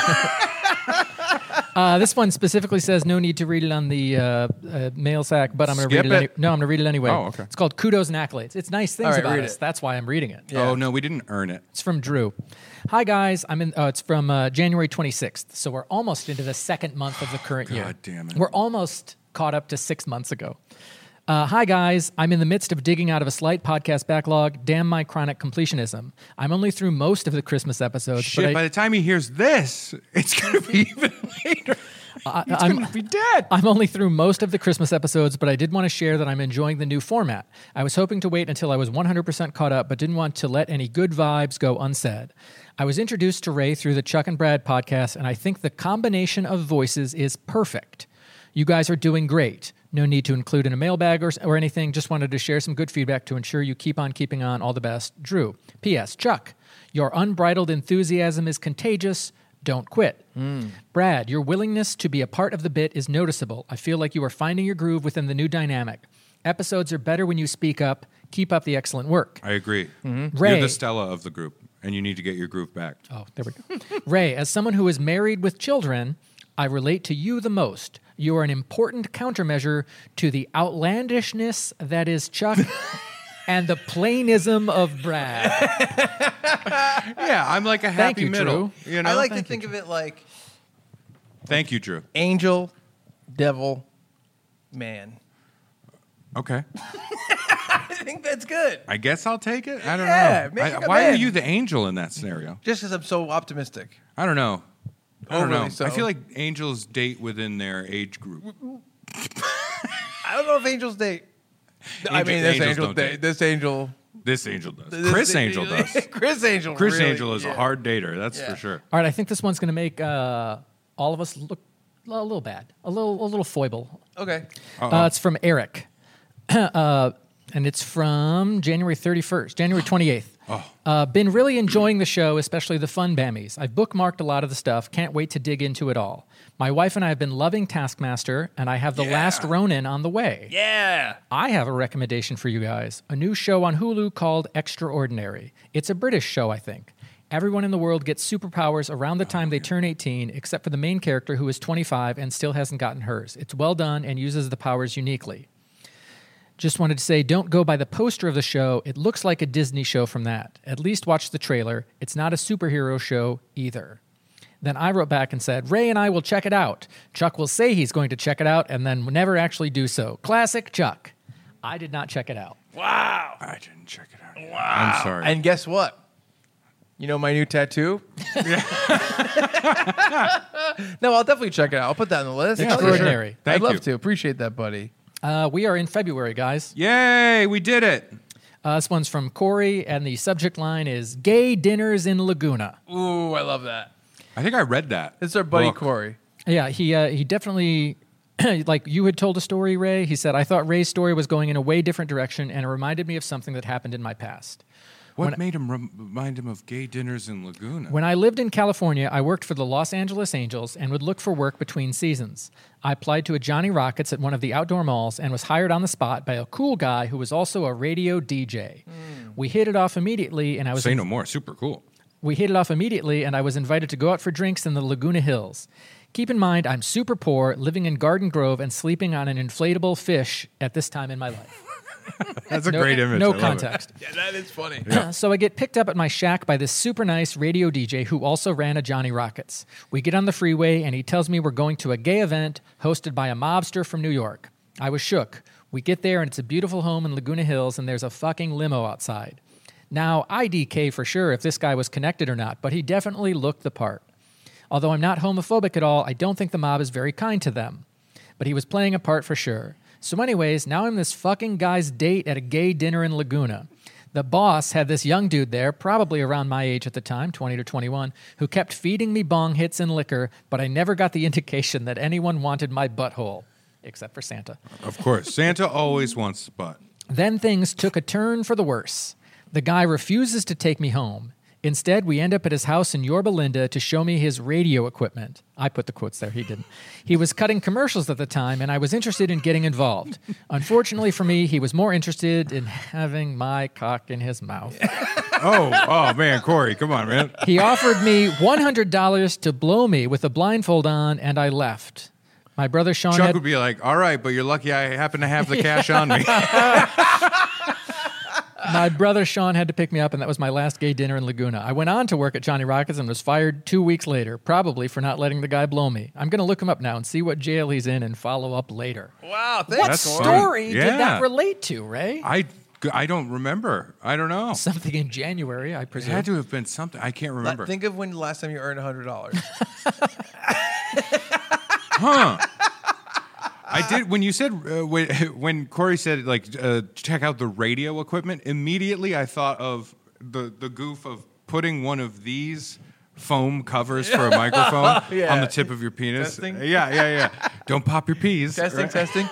A: Uh, this one specifically says no need to read it on the uh, uh, mail sack, but I'm going to
B: Skip
A: read it. any-
B: it.
A: no, I'm going to read it anyway.
B: Oh, okay.
A: It's called Kudos and Accolades. It's nice things
C: right,
A: about
C: read
A: us.
C: it.
A: That's why I'm reading it.
B: Oh no, we didn't earn it.
A: It's from Drew. Hi guys, I'm in. Uh, it's from uh, January 26th, so we're almost into the second month of the current year.
B: God Oh, damn it.
A: We're almost caught up to six months ago. Uh, hi, guys. I'm in the midst of digging out of a slight podcast backlog. Damn my chronic completionism. I'm only through most of the Christmas episodes,
B: Shit,
A: but
B: by
A: I,
B: the time he hears this, (laughs) it's gonna be even later.
A: I,
B: He's
A: I'm-
B: gonna be dead.
A: I'm only through most of the Christmas episodes, but I did want to share that I'm enjoying the new format. I was hoping to wait until I was 100% caught up, but didn't want to let any good vibes go unsaid. I was introduced to Ray through the Chuck and Brad podcast, and I think the combination of voices is perfect. You guys are doing great. No need to include in a mailbag or, or anything. Just wanted to share some good feedback to ensure you keep on keeping on. All the best, Drew. P.S. Chuck, your unbridled enthusiasm is contagious. Don't quit. Brad, your willingness to be a part of the bit is noticeable. I feel like you are finding your groove within the new dynamic. Episodes are better when you speak up. Keep up the excellent work.
B: I agree.
A: Mm-hmm. Ray.
B: You're the Stella of the group, and you need to get your groove back.
A: Oh, there we go. (laughs) Ray, as someone who is married with children, I relate to you the most. You are an important countermeasure to the outlandishness that is Chuck and the plainism of Brad.
B: Yeah, I'm like a
A: Thank
B: happy
A: you,
B: middle. You know?
C: I like to think of it like
B: Thank you, Drew.
C: angel, devil, man.
B: Okay.
C: I think that's good.
B: I guess I'll take it. I don't
C: Yeah,
B: know.
C: make
B: I-
C: it a
B: why are
C: man.
B: you the angel in that scenario?
C: Just because I'm so optimistic.
B: I don't know. I don't
C: Overly
B: know.
C: so.
B: I feel like angels date within their age group.
C: I don't know if angels date. I mean, this
B: angels
C: angel
B: don't
C: date.
B: date.
C: This angel.
B: This angel does.
C: this-
B: Chris Angel does.
C: (laughs) Chris Angel.
B: Chris
C: really-
B: Angel is
C: yeah.
B: a hard dater. That's
C: Yeah.
B: for sure.
A: All right, I think this one's going to make uh, all of us look a little bad, a little, a little foible.
C: Okay.
A: Uh, it's from Eric. (clears throat) uh, and it's from January 31st, January 28th. Uh, been really enjoying the show, especially the fun Bammies. I've bookmarked a lot of the stuff. Can't wait to dig into it all. My wife and I have been loving Taskmaster, and I have The Last Ronin on the way.
C: Yeah.
A: I have a recommendation for you guys a new show on Hulu called Extraordinary. It's a British show, I think. Everyone in the world gets superpowers around the time they turn 18, except for the main character who is 25 and still hasn't gotten hers. It's well done and uses the powers uniquely. Just wanted to say, don't go by the poster of the show. It looks like a Disney show from that. At least watch the trailer. It's not a superhero show either. Then I wrote back and said, Ray and I will check it out. Chuck will say he's going to check it out and then never actually do so. Classic Chuck. I did not check it out.
C: Wow.
B: I didn't check it out. Wow. I'm sorry.
C: And guess what? You know my new tattoo? no, I'll definitely check it out. I'll put that on the list.
A: Yeah, for Extraordinary. sure.
B: Thank
C: I'd love
B: you.
C: to. Appreciate that, buddy.
A: Uh, we are in February, guys.
B: Yay, we did it.
A: Uh, this one's from Corey, and the subject line is Gay Dinners in Laguna.
C: Ooh, I love that.
B: I think I read that.
C: It's our buddy
B: Book.
C: Corey.
A: Yeah, he uh, he definitely (clears throat) like you had told a story, Ray. He said I thought Ray's story was going in a way different direction, and it reminded me of something that happened in my past.
B: What made him rem- remind him of gay dinners in Laguna?
A: When I lived in California, I worked for the Los Angeles Angels and would look for work between seasons. I applied to a Johnny Rockets at one of the outdoor malls and was hired on the spot by a cool guy who was also a radio DJ. We hit it off immediately, and I was
B: Say no more. Super cool.
A: We hit it off immediately, and I was invited to go out for drinks in the Laguna Hills. Keep in mind, I'm super poor, living in Garden Grove, and sleeping on an inflatable fish at this time in my life.
B: (laughs) That's a
A: No-
B: great image. I
A: No
B: love it.
A: context.
C: Yeah, that is funny.
A: so I get picked up at my shack by this super nice radio DJ who also ran a Johnny Rockets. We get on the freeway, and he tells me we're going to a gay event hosted by a mobster from New York. I was shook. We get there, and it's a beautiful home in Laguna Hills, and there's a fucking limo outside. Now, IDK for sure if this guy was connected or not, but he definitely looked the part. Although I'm not homophobic at all, I don't think the mob is very kind to them. But he was playing a part for sure. So, anyways, now I'm this fucking guy's date at a gay dinner in Laguna. The boss had this young dude there, probably around my age at the time, 20 to 21, who kept feeding me bong hits and liquor, but I never got the (laughs) indication that anyone wanted my butthole, except for Santa.
B: Of course. Santa always wants the butt.
A: Then things took a turn for the worse. The guy refuses to take me home. Instead, we end up at his house in Yorba Linda to show me his radio equipment. I put the quotes there, he didn't. He was cutting commercials at the time, and I was interested in getting involved. Unfortunately for me, he was more interested in having my cock in his mouth.
B: Oh, (laughs) oh man, Corey, come on, man.
A: He offered me $100 to blow me with a blindfold on, and I left. My brother Sean
B: Chuck
A: had-
B: would be (laughs) like, "All right, but you're lucky I happen to have the cash on me."
A: my brother Sean had to pick me up, and that was my last gay dinner in Laguna. I went on to work at Johnny Rockets and was fired two weeks later, probably for not letting the guy blow me. I'm going to look him up now and see what jail he's in and follow up later.
C: (laughs) Wow,
A: What
B: That's
C: Corey.
B: fun.
A: story did
B: Yeah.
A: that relate to, Ray?
B: I, I don't remember. I don't know.
A: Something in January, I
B: It
A: presume.
B: had to have been something. I can't
C: Let-
B: remember.
C: Think of when the last time you earned hundred dollars. Ah.
B: I did when you said uh, when, (laughs) when Corey said like uh, check out the radio equipment. Immediately, I thought of the the goof of putting one of these foam covers
C: (laughs)
B: for a microphone
C: Yeah.
B: on the tip of your penis. Uh,
C: Testing.
B: Yeah, yeah, yeah. Don't pop your peas.
C: (laughs) testing,
B: right?
C: testing.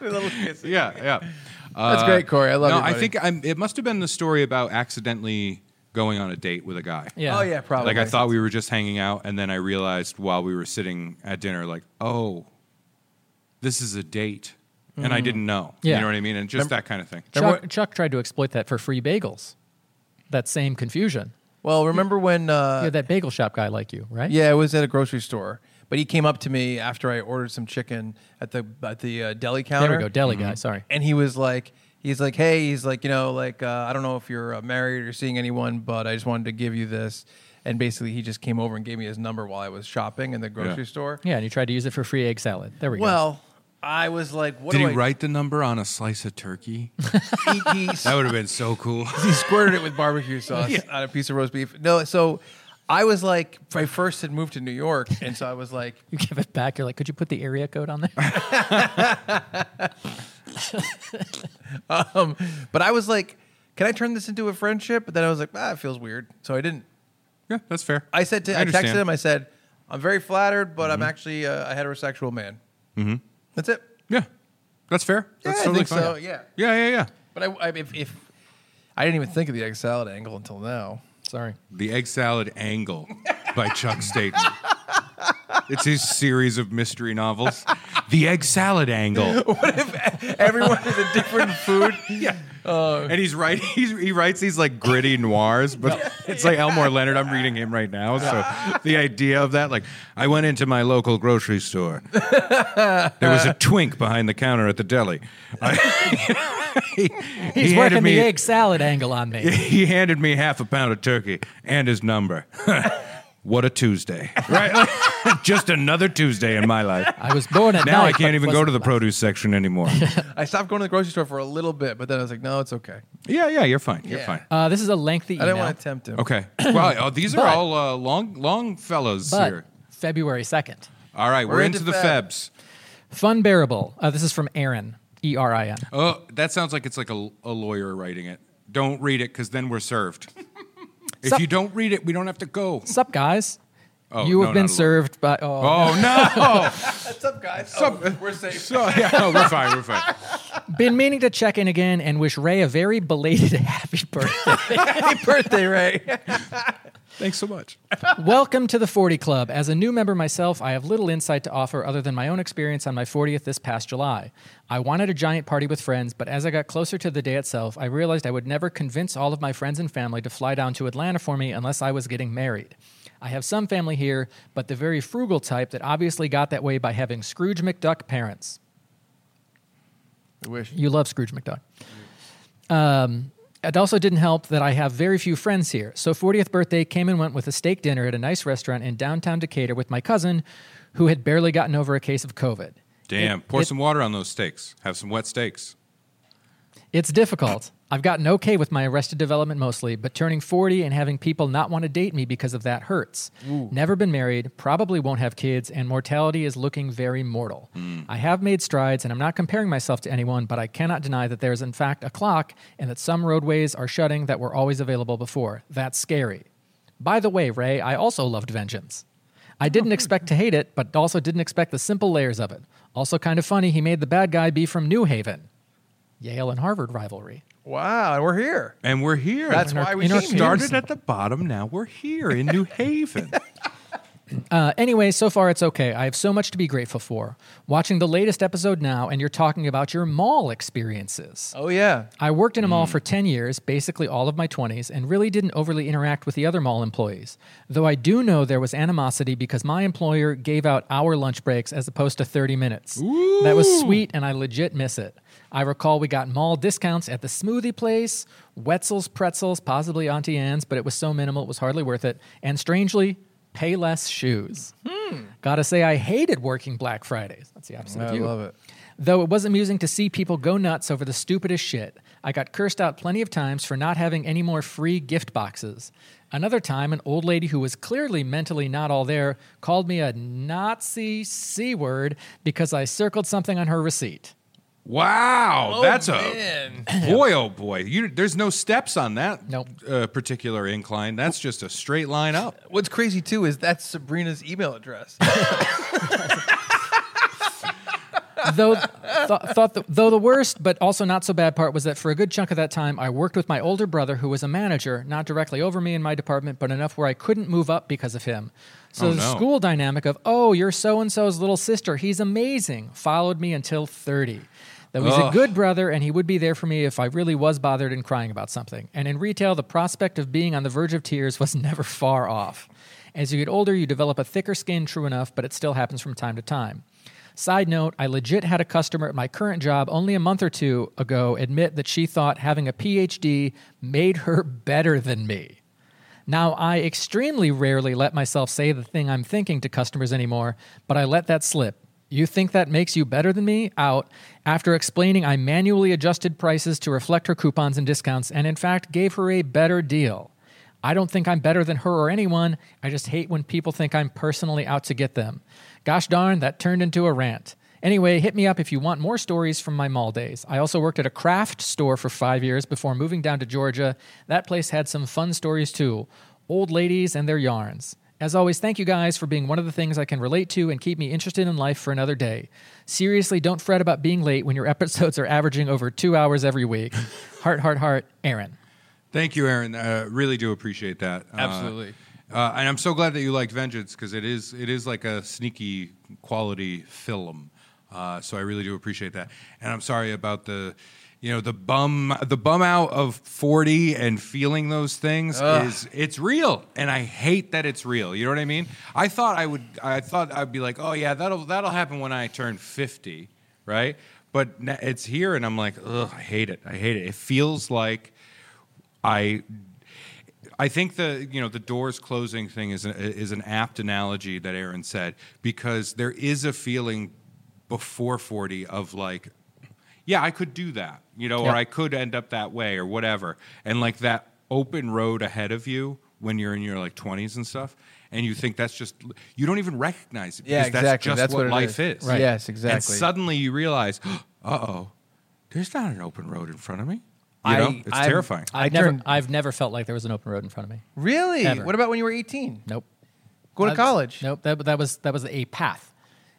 C: Little kiss.
B: Yeah, yeah.
C: That's great, Corey. I love
B: no,
C: you,
B: I
C: buddy.
B: think I'm, it must have been the story about accidentally going on a date with a guy.
A: yeah.
C: Oh yeah, probably.
B: Like I thought we were just hanging out, and then I realized while we were sitting at dinner, like, oh, this is a date, and I didn't know.
A: Yeah.
B: You know what I mean? And just Mm. that kind of thing.
A: Chuck, Chuck tried to exploit that for free bagels. That same confusion.
C: Well, remember when? Uh,
A: yeah, that bagel shop guy like you, right?
C: Yeah, it was at a grocery store. But he came up to me after I ordered some chicken at the at the uh, deli counter.
A: There we go, deli
B: Mm-hmm.
A: guy. Sorry.
C: And he was like, he's like, hey, he's like, you know, like uh, I don't know if you're uh, married or seeing anyone, but I just wanted to give you this. And basically, he just came over and gave me his number while I was shopping in the grocery
B: Yeah.
C: store.
A: Yeah, and you tried to use it for free egg salad. There we go.
C: Well, I was like, what
B: Did he
C: do I?
B: write the number on a slice of turkey?
C: (laughs) He, he
B: (laughs) that would have been so cool. (laughs)
C: he squirted it with barbecue sauce on a piece of roast beef. No, so I was like, I first had moved to New York, and so I was like, (laughs)
A: you give it back. You're like, could you put the area code on there?
B: (laughs)
C: um, but I was like, can I turn this into a friendship? But then I was like, ah, it feels weird, so I didn't.
B: yeah, that's fair.
C: I said to, I, texted
B: understand. Mm-hmm.
C: him. I said, I'm very flattered, but I'm actually uh, a heterosexual man. Mm-hmm. That's it.
B: Yeah, that's fair. That's
C: Yeah, I
B: totally
C: think so,
B: fine.
C: yeah.
B: Yeah, yeah, yeah.
C: But I, I if, if I didn't even think of the egg salad angle until now.
B: (laughs)
A: Sorry.
B: The egg salad angle by Chuck
C: (laughs)
B: Staten. It's his series of mystery novels. The egg salad angle.
C: Everyone has a different food.
B: Yeah.
A: Uh,
B: and he's right. (laughs) He's, he writes these like gritty noirs, but it's like Elmore Leonard. I'm reading him right now. So the idea of that, like, I went into my local grocery store. There was a twink behind the counter at the deli. I- (laughs) he,
A: He's
B: he
A: working
B: handed me,
A: the egg salad angle on me.
B: He handed me half a pound of turkey and his number. (laughs) what a Tuesday, right? (laughs) Just another Tuesday in
A: (laughs)
B: my life.
A: I was born at
B: Now
A: night,
B: I
A: but
B: can't even go
A: wasn't
B: to the
A: black.
B: produce section anymore.
C: I stopped going to the grocery store for a little bit, but then I was like, no, it's okay.
B: yeah, yeah, you're fine. You're
C: Yeah.
B: fine.
A: Uh, this is a lengthy
C: I
A: email,
C: didn't want to tempt him.
B: Okay. Wow. Oh, these
C: (coughs)
B: are
A: But-
B: all uh, long, long fellows
A: but
B: here.
A: February second.
B: All right, we're,
C: We're
B: into,
C: into
B: the
C: Feb.
B: Febs.
A: Fun bearable. Uh, this is from Aaron. E R I N.
B: Oh, that sounds like it's like a, a lawyer writing it. Don't read it because then we're served. if
A: Sup-
B: you don't read it, we don't have to go.
A: Sup, guys.
B: Oh,
A: you
B: no,
A: have been
B: not a-
A: served by. Oh,
B: Oh no! (laughs)
C: What's up, guys? Oh, we're safe.
B: so yeah, no, we're fine. We're fine.
A: Been meaning to check in again and wish Ray a very belated (laughs) happy
B: (laughs)
A: birthday.
C: Happy birthday, Ray.
B: Thanks so much.
A: Welcome to the 40 Club. As a new member myself, I have little insight to offer other than my own experience on my 40th this past July. I wanted a giant party with friends, but as I got closer to the day itself, I realized I would never convince all of my friends and family to fly down to Atlanta for me unless I was getting married. I have some family here, but the very frugal type that obviously got that way by having Scrooge McDuck parents.
C: (laughs) I wish.
A: You love Scrooge McDuck. Um, it also didn't help that I have very few friends here. So 40th birthday came and went with a steak dinner at a nice restaurant in downtown Decatur with my cousin, who had barely gotten over a case of COVID.
B: Damn. Pour some water on those steaks. Have some wet steaks.
A: It's difficult. I've gotten okay with my arrested development mostly, but turning 40 and having people not want to date me because of that hurts. Never been married, probably won't have kids, and mortality is looking very mortal. I have made strides, and I'm not comparing myself to anyone, but I cannot deny that there is, in fact, a clock and that some roadways are shutting that were always available before. That's scary. By the way, Ray, I also loved Vengeance. I didn't expect to hate it, but also didn't expect the simple layers of it. Also, kind of funny, he made the bad guy be from New Haven. Yale and Harvard rivalry.
C: Wow, and we're here.
B: And we're here.
C: That's
A: In our-
C: why we
A: in our
C: came
B: we
C: here.
A: community.
C: (laughs)
B: started at the bottom. Now we're here in New Haven.
A: Uh, anyway, so far it's okay. I have so much to be grateful for. Watching the latest episode now, and you're talking about your mall experiences.
C: Oh yeah.
A: I worked in a mall for 10 years, basically all of my 20s, and really didn't overly interact with the other mall employees. Though I do know there was animosity because my employer gave out hour lunch breaks as opposed to 30 minutes. That was sweet, and I legit miss it. I recall we got mall discounts at the smoothie place, Wetzel's Pretzels, possibly Auntie Anne's, but it was so minimal it was hardly worth it. And strangely, pay less shoes. Gotta say, I hated working Black Fridays. That's the opposite of
C: I
A: you.
C: love it.
A: Though it was amusing to see people go nuts over the stupidest shit, I got cursed out plenty of times for not having any more free gift boxes. Another time, an old lady who was clearly mentally not all there called me a Nazi C word because I circled something on her receipt.
B: Wow, Oh, that's
C: Oh, man.
B: a (clears throat) boy, oh boy. You, there's no steps on that
A: Nope.
B: uh, particular incline. That's just a straight line up.
C: What's crazy too is that's Sabrina's
B: (laughs)
C: email address.
A: though, th- thought the, though the worst, but also not so bad part was that for a good chunk of that time, I worked with my older brother who was a manager, not directly over me in my department, but enough where I couldn't move up because of him. So
B: Oh,
A: the
B: no.
A: school dynamic of, oh, you're so and so's little sister, he's amazing, followed me until 30. That he's a
B: Ugh.
A: good brother and he would be there for me if I really was bothered and crying about something. And in retail, the prospect of being on the verge of tears was (laughs) never far off. As you get older, you develop a thicker skin, true enough, but it still happens from time to time. Side note, I legit had a customer at my current job only a month or two ago admit that she thought having a PhD made her (laughs) better than me. Now, I extremely rarely let myself say the thing I'm thinking to customers anymore, but I let that slip. You think that makes you better than me? Out. After explaining, I manually adjusted prices to reflect her coupons and discounts, and in fact, gave her a better deal. I don't think I'm better than her or anyone. I just hate when people think I'm personally out to get them. Gosh darn, that turned into a rant. Anyway, hit me up if you want more stories from my mall days. I also worked at a craft store for five years before moving down to Georgia. That place had some fun stories too old ladies and their yarns. As always, thank you guys for being one of the things I can relate to and keep me interested in life for another day. Seriously, don't fret about being late when your (laughs) episodes are averaging over two hours every week. heart, heart, heart, Aaron.
B: Thank you, Aaron. Uh, really do appreciate that. Uh,
C: Absolutely.
B: uh, and I'm so glad that you liked Vengeance because it is it is like a sneaky quality film. Uh, so I really do appreciate that. And I'm sorry about the, you know, the bum the bum out of 40 and feeling those things is it's real, and I hate that it's real. You know what I mean? I thought I would. I thought I'd be like, oh yeah, that'll that'll happen when I turn 50, right? But n- it's here, and I'm like, ugh, I hate it. I hate it. It feels like I I think the you know the doors closing thing is an, is an apt analogy that Aaron said because there is a feeling before 40 of like yeah I could do that you know or
A: Yeah.
B: I could end up that way or whatever and like that open road ahead of you when you're in your like 20s and stuff and you think that's just you don't even recognize it
C: Yeah,
B: because that's
C: exactly.
B: just
C: That's
B: what,
C: what it
B: life
C: is.
B: is,
C: Right. Yes,
B: and
C: exactly.
B: suddenly you realize (gasps) uh oh there's not an open road in front of me you
C: I-
B: know it's
C: I'm-
B: terrifying
C: I
A: I've never,
C: turned-
A: I've never felt like there was an open road in front of me.
C: Really?
A: Ever.
C: What about when you were 18?
A: Nope.
C: Going to
A: That's-
C: college.
A: Nope. That, that was that was a path,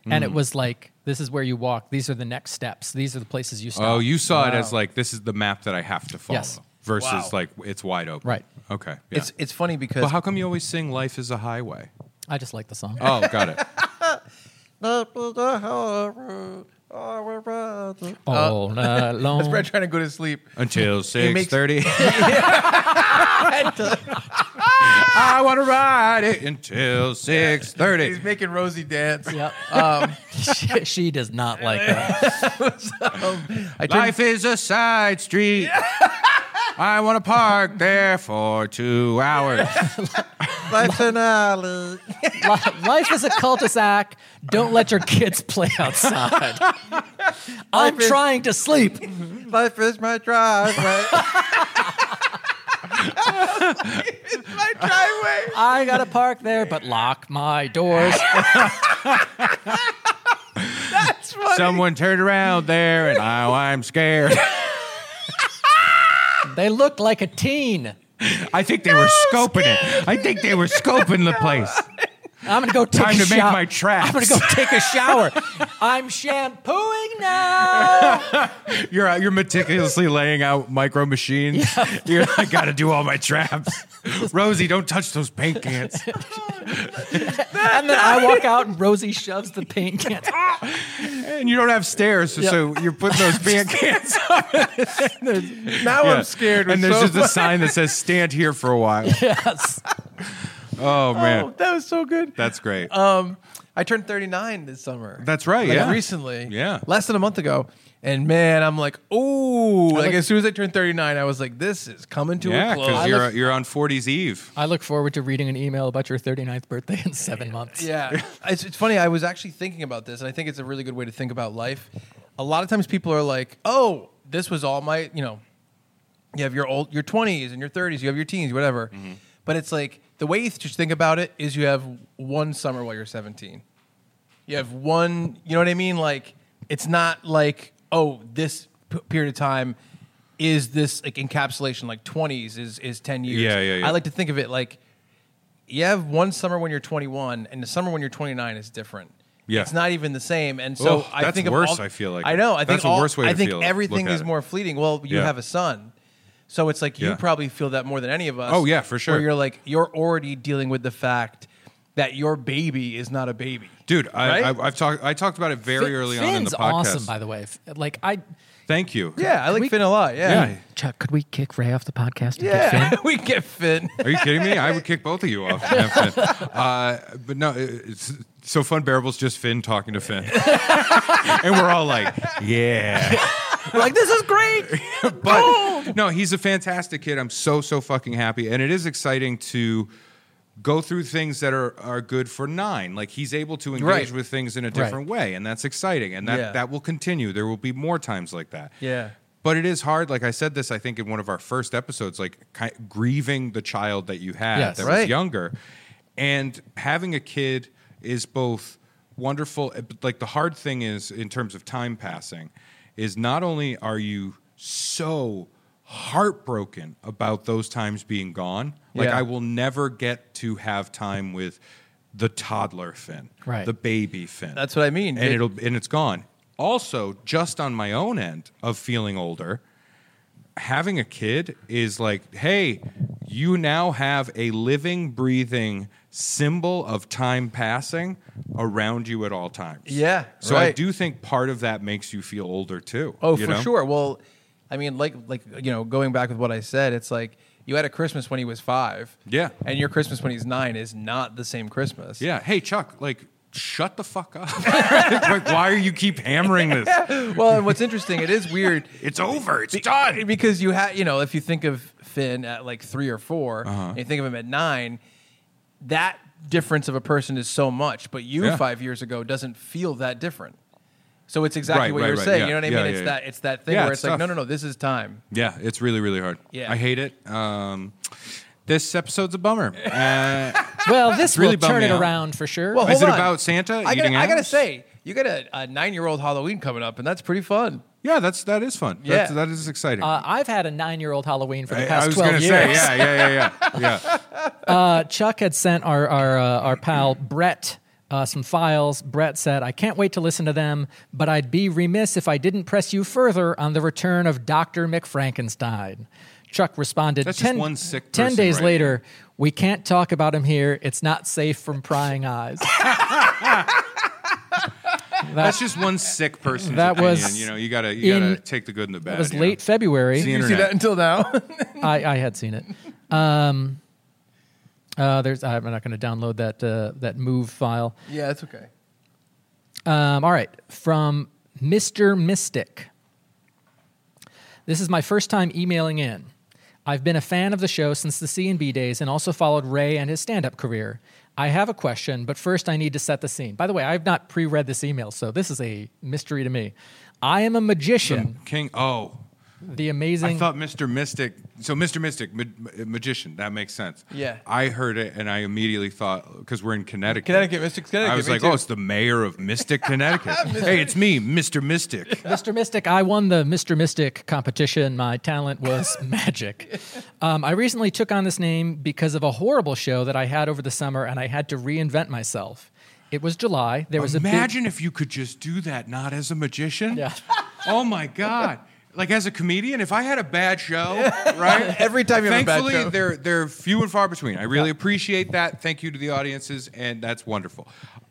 A: and
B: Mm.
A: it was like this is where you walk. These are the next steps. These are the places you stop.
B: Oh, you saw it
C: Wow.
B: as like this is the map that I have to follow
A: Yes.
B: versus
C: Wow.
B: like it's wide open.
A: Right.
B: Okay. Yeah.
C: It's it's funny because
B: well, how come you always sing "Life Is a Highway"?
A: I just like the song.
B: Oh, got
A: (laughs)
B: it.
C: That's
B: uh, (laughs)
A: All night long.
C: Brad trying to go to (laughs) sleep.
B: Until six
A: (laughs)
C: makes-
B: thirty. I want to ride it until six thirty.
A: (laughs)
C: He's making Rosie dance. (laughs)
B: (laughs)
A: Yep.
B: Um,
A: (laughs) she, she does not like that. (laughs)
C: I turned,
B: Life is a
A: (laughs)
B: side street. I want to park there for two
A: (laughs)
B: hours.
C: Life's an
A: Li-
C: alley.
A: Life is a cul-de-sac. Don't let your kids play
B: (laughs)
A: outside. I'm
C: is-
A: trying to sleep.
C: Life is my driveway. it's my driveway.
A: I gotta park there, but lock my doors.
C: That's funny.
B: Someone turned around there, and now
A: (laughs)
B: I'm scared.
A: They look like a teen.
B: I think they were scoping it. I think they were scoping the place.
A: I'm gonna go take
B: Time
A: a
B: to make
A: shower.
B: my traps.
A: I'm gonna (laughs) go take a shower. I'm shampooing now.
B: You're out, you're meticulously laying out micro
C: (laughs)
B: machines. You're like, I gotta do all my traps. Rosie, don't touch those paint cans.
A: and then I walk out, and Rosie shoves the paint can.
B: (laughs) And you don't have stairs, so, so you're putting
C: (laughs)
B: those paint cans.
C: Now
B: Yeah.
C: Oh, I'm scared.
B: And
C: We're
B: there's
C: so
B: just a
C: (laughs)
B: sign that says "Stand here for a while."
A: yes.
B: Oh man,
C: Oh, that was so good.
B: that's great.
C: Um, I turned 39 this summer.
B: That's right,
C: Like,
B: yeah.
C: Recently.
B: Yeah.
C: Less than a month ago. And man, I'm like, oh, like,
A: look-
C: as soon as I turned 39, I was like, this is coming to
B: yeah,
C: a close.
B: because you're you're on 40s Eve.
A: I look forward to reading an email about your 39th birthday in seven months.
C: Yeah. (laughs) it's, it's funny. I was actually thinking about this, and I think it's a really good way to think about life. A lot of times people are like, oh, this was all my, you know, you have your old, your 20s and your 30s, you have your teens, whatever.
B: Mm-hmm.
C: But it's like the way you just think about it is you have one summer while you're 17. You have one, you know what I mean? Like, it's not like, oh, this p- period of time is this like encapsulation, like 20s is, is 10 years.
B: Yeah, yeah, yeah.
C: I like to think of it like, you have one summer when you're 21 and the summer when you're 29 is different
B: Yeah.
C: it's not even the same and so
B: Ugh,
C: i
B: that's
C: think of
B: worse,
C: all-
B: I feel like.
C: i know i
B: That's
C: think
B: a
C: all-
B: worse way
C: i
B: to
C: think
B: feel it,
C: everything
B: look at
C: is
B: it.
C: more fleeting well you
B: Yeah.
C: have a son so it's like you
B: Yeah.
C: probably feel that more than any of us
B: Oh, yeah, for sure.
C: where you're like you're already dealing with the fact that your baby is not a baby
B: Dude, I,
C: Right?
B: I, I've talked. I talked about it very
A: Fin-
B: early on in
A: Finn's
B: the podcast.
A: awesome, by the way. F- Like I,
B: Thank you.
C: yeah i like
A: we-
C: finn a lot yeah
B: Yeah.
A: Chuck, could we kick Ray off the podcast? and get Finn?
C: (laughs) we get finn
B: Are you kidding me? I would kick both of you off. uh, but no, it's so fun. Bearable's just Finn talking to Finn, (laughs) and we're all like, "Yeah."
A: We're like this is great.
B: But no, he's a fantastic kid. I'm so so fucking happy, and it is exciting to go through things that are are good for nine. Like he's able to engage
C: Right.
B: with things in a different way, and that's exciting, and that
C: Yeah.
B: that will continue. There will be more times like that.
C: Yeah.
B: But it is hard, like I said this, I think in one of our first episodes, like ki grieving the child that you had
A: Yes.
B: that
C: Right.
B: was younger, and having a kid is both wonderful. eh, but, Like the hard thing is in terms of time passing, is not only are you so heartbroken about those times being gone, like
C: Yeah.
B: I will never get to have time with the toddler Finn,
A: Right.
B: the baby Finn.
C: That's what I mean.
B: and
C: It-
B: it'll and it's gone. Also, just on my own end of feeling older, having a kid is like, hey, you now have a living, breathing symbol of time passing around you at all times.
C: Yeah,
B: So I
C: right.
B: do think part of that makes you feel older too.
C: Oh,
B: you
C: for
B: know?
C: sure. Well, I mean, like, like you know, going back with what I said, it's like you had a Christmas when he was five.
B: Yeah.
C: And your Christmas when he's nine is not the same Christmas.
B: Yeah. Hey, Chuck, like, shut the fuck up. (laughs) like, why are you keep hammering this?
C: Well, and what's interesting, it is weird (laughs)
B: It's over. It's done.
C: because you had, you know, if you think of Finn at like three or 4
B: Uh-huh.
C: and you think of him at nine, that difference of a person is so much. But you
B: Yeah.
C: five years ago doesn't feel that different. So it's exactly
B: Right,
C: what
B: right,
C: you're
B: right.
C: saying.
B: Yeah.
C: You know what I
B: Yeah,
C: mean?
B: yeah,
C: it's
B: yeah.
C: that it's that thing
B: Yeah,
C: where
B: it's
C: it's, like,
B: tough.
C: no, no, no, this is time.
B: Yeah, it's really, really hard.
C: Yeah.
B: I hate it. Um, this episode's a
C: (laughs)
B: bummer. Uh,
A: Well, this
B: Really
A: will turn
B: bummed
A: it
B: me out.
A: around for sure.
C: Well,
B: Is
C: hold
B: it
C: on.
B: about Santa
C: I gotta,
B: eating
C: I gotta
B: apples?
C: say, you got a, a nine-year-old Halloween coming up, and that's pretty fun.
B: yeah, that's that is fun.
C: Yeah.
B: That's, that is exciting.
A: uh, I've had a nine-year-old Halloween for the
B: I,
A: past
B: I was
A: 12
B: gonna
A: years.
B: say, yeah,
A: (laughs)
B: yeah, yeah, yeah, yeah.
A: Uh, Chuck had sent our our uh, our pal Brett uh, some files. Brett said, "I can't wait to listen to them, but I'd be remiss if I didn't press you further on the return of Doctor McFrankenstein." Chuck responded,
B: That's just
A: 10,
B: one sick
A: 10
B: person
A: days
B: right
A: later, we can't talk about him here. It's not safe from prying eyes.
B: That's just one sick person's
A: That
B: opinion.
A: was
B: you know, you gotta you gotta
A: in-
B: take the good and the bad.
A: It was
B: you know?
A: late February.
B: See,
C: You see
B: Internet.
C: that until now?
A: (laughs)
C: (laughs)
A: I, I had seen it. Um, uh, there's I'm not going to download that uh, that move file.
C: yeah, that's okay.
A: Um, all right, from Mr. Mystic. This is my first time emailing in. I've been a fan of the show since the C&B days and also followed Ray and his stand-up career. I have a question, but first I need to set the scene. By the way, I've not pre-read this email, so this is a mystery to me. I am a magician.
B: King. Oh,
A: The amazing.
B: I thought Mr. Mystic. So Mr. Mystic, ma- ma- magician. That makes sense.
C: Yeah.
B: I heard it and I immediately thought because we're in Connecticut.
C: Connecticut, Mystic, Connecticut,
B: I was
C: me
B: like,
C: too.
B: oh, it's the mayor of
A: (laughs)
B: Mystic, Connecticut. hey, it's me, Mr. Mystic.
A: Mr. Mystic, I won the Mr. Mystic competition. My talent was magic. Um, I recently took on this name because of a horrible show that I had over the summer, and I had to reinvent myself. It was July. There was
B: Imagine if you could just do that, not as a magician.
A: Yeah.
B: (laughs) Oh my God. Like as a comedian, if I had a
A: (laughs)
B: bad show, right?
C: Every time you have a bad
B: thankfully,
C: show.
B: they're they're few and far between. I really appreciate that. Thank you to the audiences, and that's wonderful.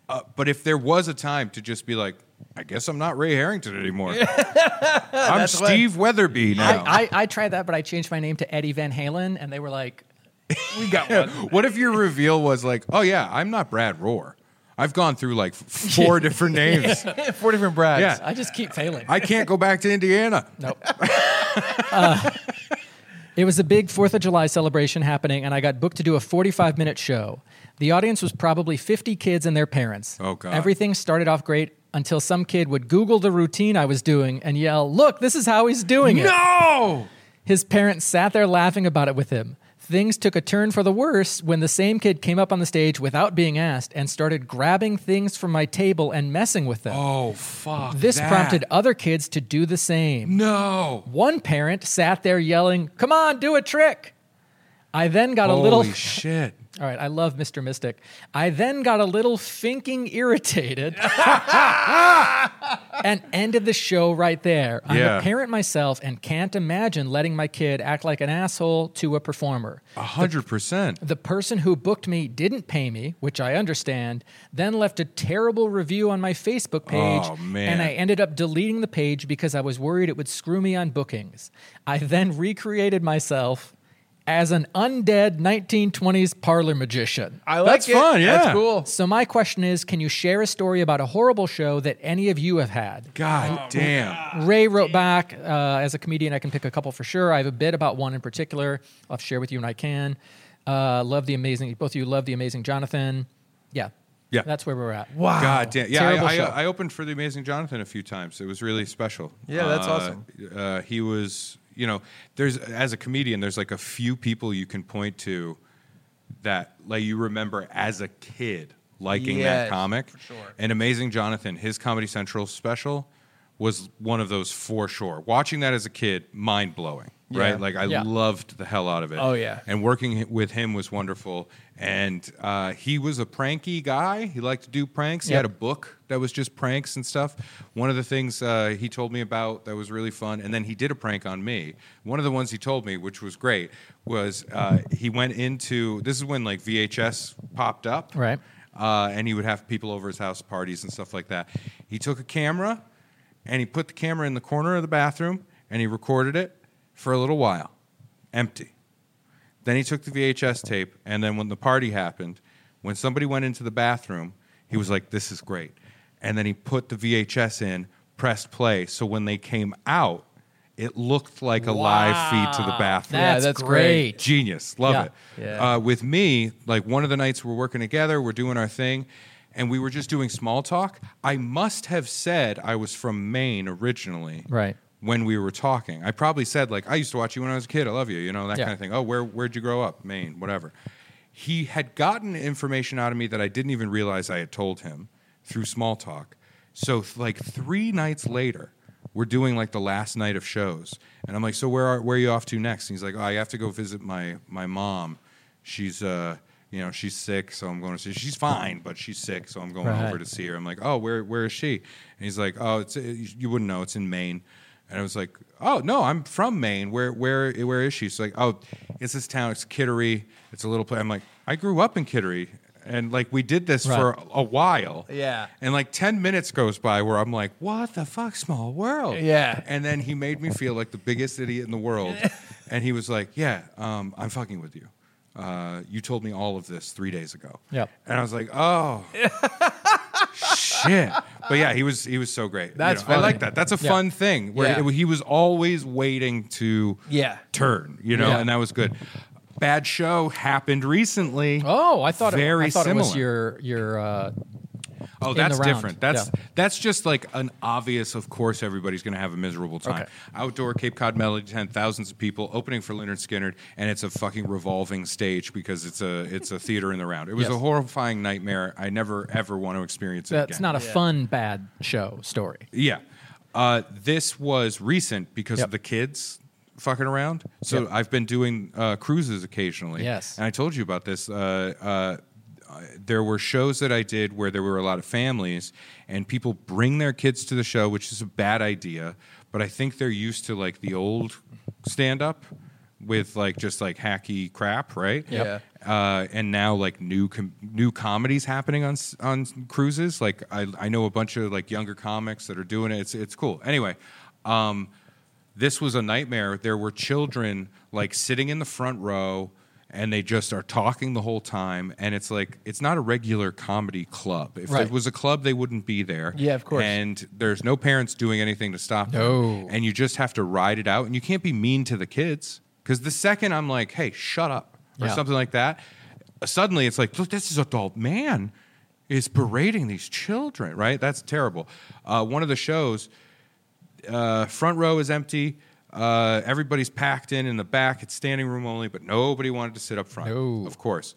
B: Uh, but if there was a time to just be like, I guess I'm not Ray Harrington
A: (laughs)
B: anymore. I'm Steve Weatherby
A: a big.
B: now.
A: I, I, I tried that, but I changed my name to Eddie Van Halen, and they were like,
C: we got one.
B: what if your reveal was like, oh yeah, I'm not Brad Rohr. I've gone through like f-
A: (laughs)
B: four different names.
C: Four different Brads.
B: Yeah.
A: I just keep failing.
B: I can't go back to Indiana.
A: Nope. Uh, it was a big Fourth of July celebration happening, and I got booked to do a 45 minute show. The audience was probably 50 kids and their parents.
B: Oh, God.
A: Everything started off great until some kid would Google the routine I was doing and yell, Look, this is how he's doing it.
B: No.
A: His parents sat there laughing about it with him. Things took a turn for the worse when the same kid came up on the stage without being asked and started grabbing things from my table and messing with them.
B: Oh fuck.
A: this
B: that.
A: prompted other kids to do the same.
B: No.
A: One parent sat there yelling, Come on, do a trick. I then got a little.
B: Holy shit.
A: All right, I love Mr. Mystic. I then got a little finking
B: (laughs)
A: irritated and ended the show right there. I'm
B: Yeah.
A: a parent myself and can't imagine letting my kid act like an asshole to a performer.
B: A hundred percent.
A: The person who booked me didn't pay me, which I understand, then left a terrible review on my Facebook page.
B: Oh, man.
A: And I ended up deleting the page because I was worried it would screw me on bookings. I then recreated myself as an undead 1920s parlor magician.
C: I like
B: That's
C: it.
B: fun, yeah.
C: That's cool.
A: So, my question is can you share a story about a horrible show that any of you have had?
B: God damn.
A: Ray wrote back, uh, as a comedian, I can pick a couple for sure. I have a bit about one in particular. I'll share with you when I can. Uh, love the amazing, both of you love the amazing Jonathan. Yeah.
B: Yeah.
A: That's where we're at.
C: Wow.
B: God damn. Yeah,
A: Terrible
B: I,
A: show.
B: I, I opened for the Amazing Jonathan a few times. It was really special.
C: Yeah, that's
B: Uh,
C: awesome.
B: Uh, he was, you know, there's as a comedian, there's like a few people you can point to that like you remember as a kid liking that
C: Yes,
B: comic.
C: for sure.
B: And Amazing Jonathan, his Comedy Central special was one of those for sure. Watching that as a kid, mind blowing.
C: Yeah.
B: Right? Like I
A: Yeah.
B: loved the hell out of it.
C: Oh, yeah.
B: And working hi- with him was wonderful. And uh, he was a pranky guy. He liked to do pranks. He
A: Yep.
B: had a book that was just pranks and stuff. One of the things uh, he told me about that was really fun, and then he did a prank on me. One of the ones he told me, which was great, was uh, he went into this is when like VHS popped up,
A: Right.
B: Uh, and he would have people over his house parties and stuff like that. He took a camera and he put the camera in the corner of the bathroom and he recorded it for a little while, empty. Then he took the VHS tape, and then when the party happened, when somebody went into the bathroom, he was like, "This is great," and then he put the VHS in, pressed play, so when they came out, it looked like a live feed to the bathroom.
A: That's,
C: that's
A: great.
C: great.
B: Genius, love
A: Yeah.
B: it.
C: Yeah.
B: Uh, with me, like one of the nights we're working together, we're doing our thing, and we were just doing small talk. I must have said I was from Maine originally,
A: Right.
B: When we were talking, I probably said like I used to watch you when I was a kid. I love you, you know that
A: Yeah.
B: kind of thing. Oh, where where'd you grow up? Maine, whatever. He had gotten information out of me that I didn't even realize I had told him through small talk. So th- like three nights later, we're doing like the last night of shows, and I'm like, so where are where are you off to next? And he's like, oh, I have to go visit my my mom. She's uh you know she's sick, so I'm going to see. She's fine, but she's sick, so I'm going
A: Right.
B: over to see her. I'm like, oh, where where is she? And he's like, oh, it's you wouldn't know, it's in Maine. And I was like, oh no, I'm from Maine. Where where where is she? She's like, oh, it's this town. It's Kittery. It's a little place. I'm like, I grew up in Kittery, and like we did this
A: Right.
B: for a while.
C: Yeah.
B: And like ten minutes goes by where I'm like, what the fuck, small world.
C: Yeah.
B: And then he made me feel like the biggest idiot in the world. and he was like, yeah, um, I'm fucking with you. Uh, you told me all of this three days ago.
A: Yep.
B: And I was like, oh. Shit, but yeah, he was he was so great.
C: That's
B: I like
C: funny.
B: that. That's a
A: Yeah.
B: fun thing where
C: Yeah.
B: it- he was always waiting to
C: Yeah.
B: turn, you know,
A: Yeah.
B: and that was good. Bad show happened recently.
A: Oh, I thought, it, I
B: Very
A: thought it was
B: similar.
A: your, your uh,
B: Oh,
A: in the
B: that's
A: round.
B: different. That's that's just like an obvious. Of course, everybody's going to have a miserable time.
A: Okay.
B: Outdoor Cape Cod Melody Tent, thousands of people opening for Leonard Skinner, and it's a fucking revolving stage because it's a it's a theater in the round. It was
A: Yes.
B: a horrifying nightmare. I never ever want to experience it.
A: That's
B: again.
A: not a
C: Yeah.
A: fun bad show story.
B: Yeah. Uh, this was recent because
A: Yep.
B: of the kids fucking around. So
A: Yep.
B: I've been doing uh, cruises occasionally.
A: Yes.
B: And I told you about this. Uh, uh, uh, there were shows that I did where there were a lot of families and people bring their kids to the show, which is a bad idea. But I think they're used to like the old stand up with like just like hacky crap, right?
C: Yep. Yeah.
B: uh, and now like new com- new comedies happening on s- on cruises. Like I I know a bunch of like younger comics that are doing it. It's it's cool. Anyway, um, this was a nightmare. There were children like sitting in the front row. And they just are talking the whole time, and it's like it's not a regular comedy club. If
A: Right.
B: it was a club, they wouldn't be there.
C: Yeah, of course.
B: And there's no parents doing anything to stop them,
A: No.
B: and you just have to ride it out. And you can't be mean to the kids because the second I'm like, "Hey, shut up," or
A: Yeah.
B: something something like that. Suddenly, it's like, look, this is adult man is berating these children, right? That's terrible. Uh, one of the shows, uh, front row is empty. Uh, everybody's packed in in the back. It's standing room only, but nobody wanted to sit up front.
A: No.
B: Of course.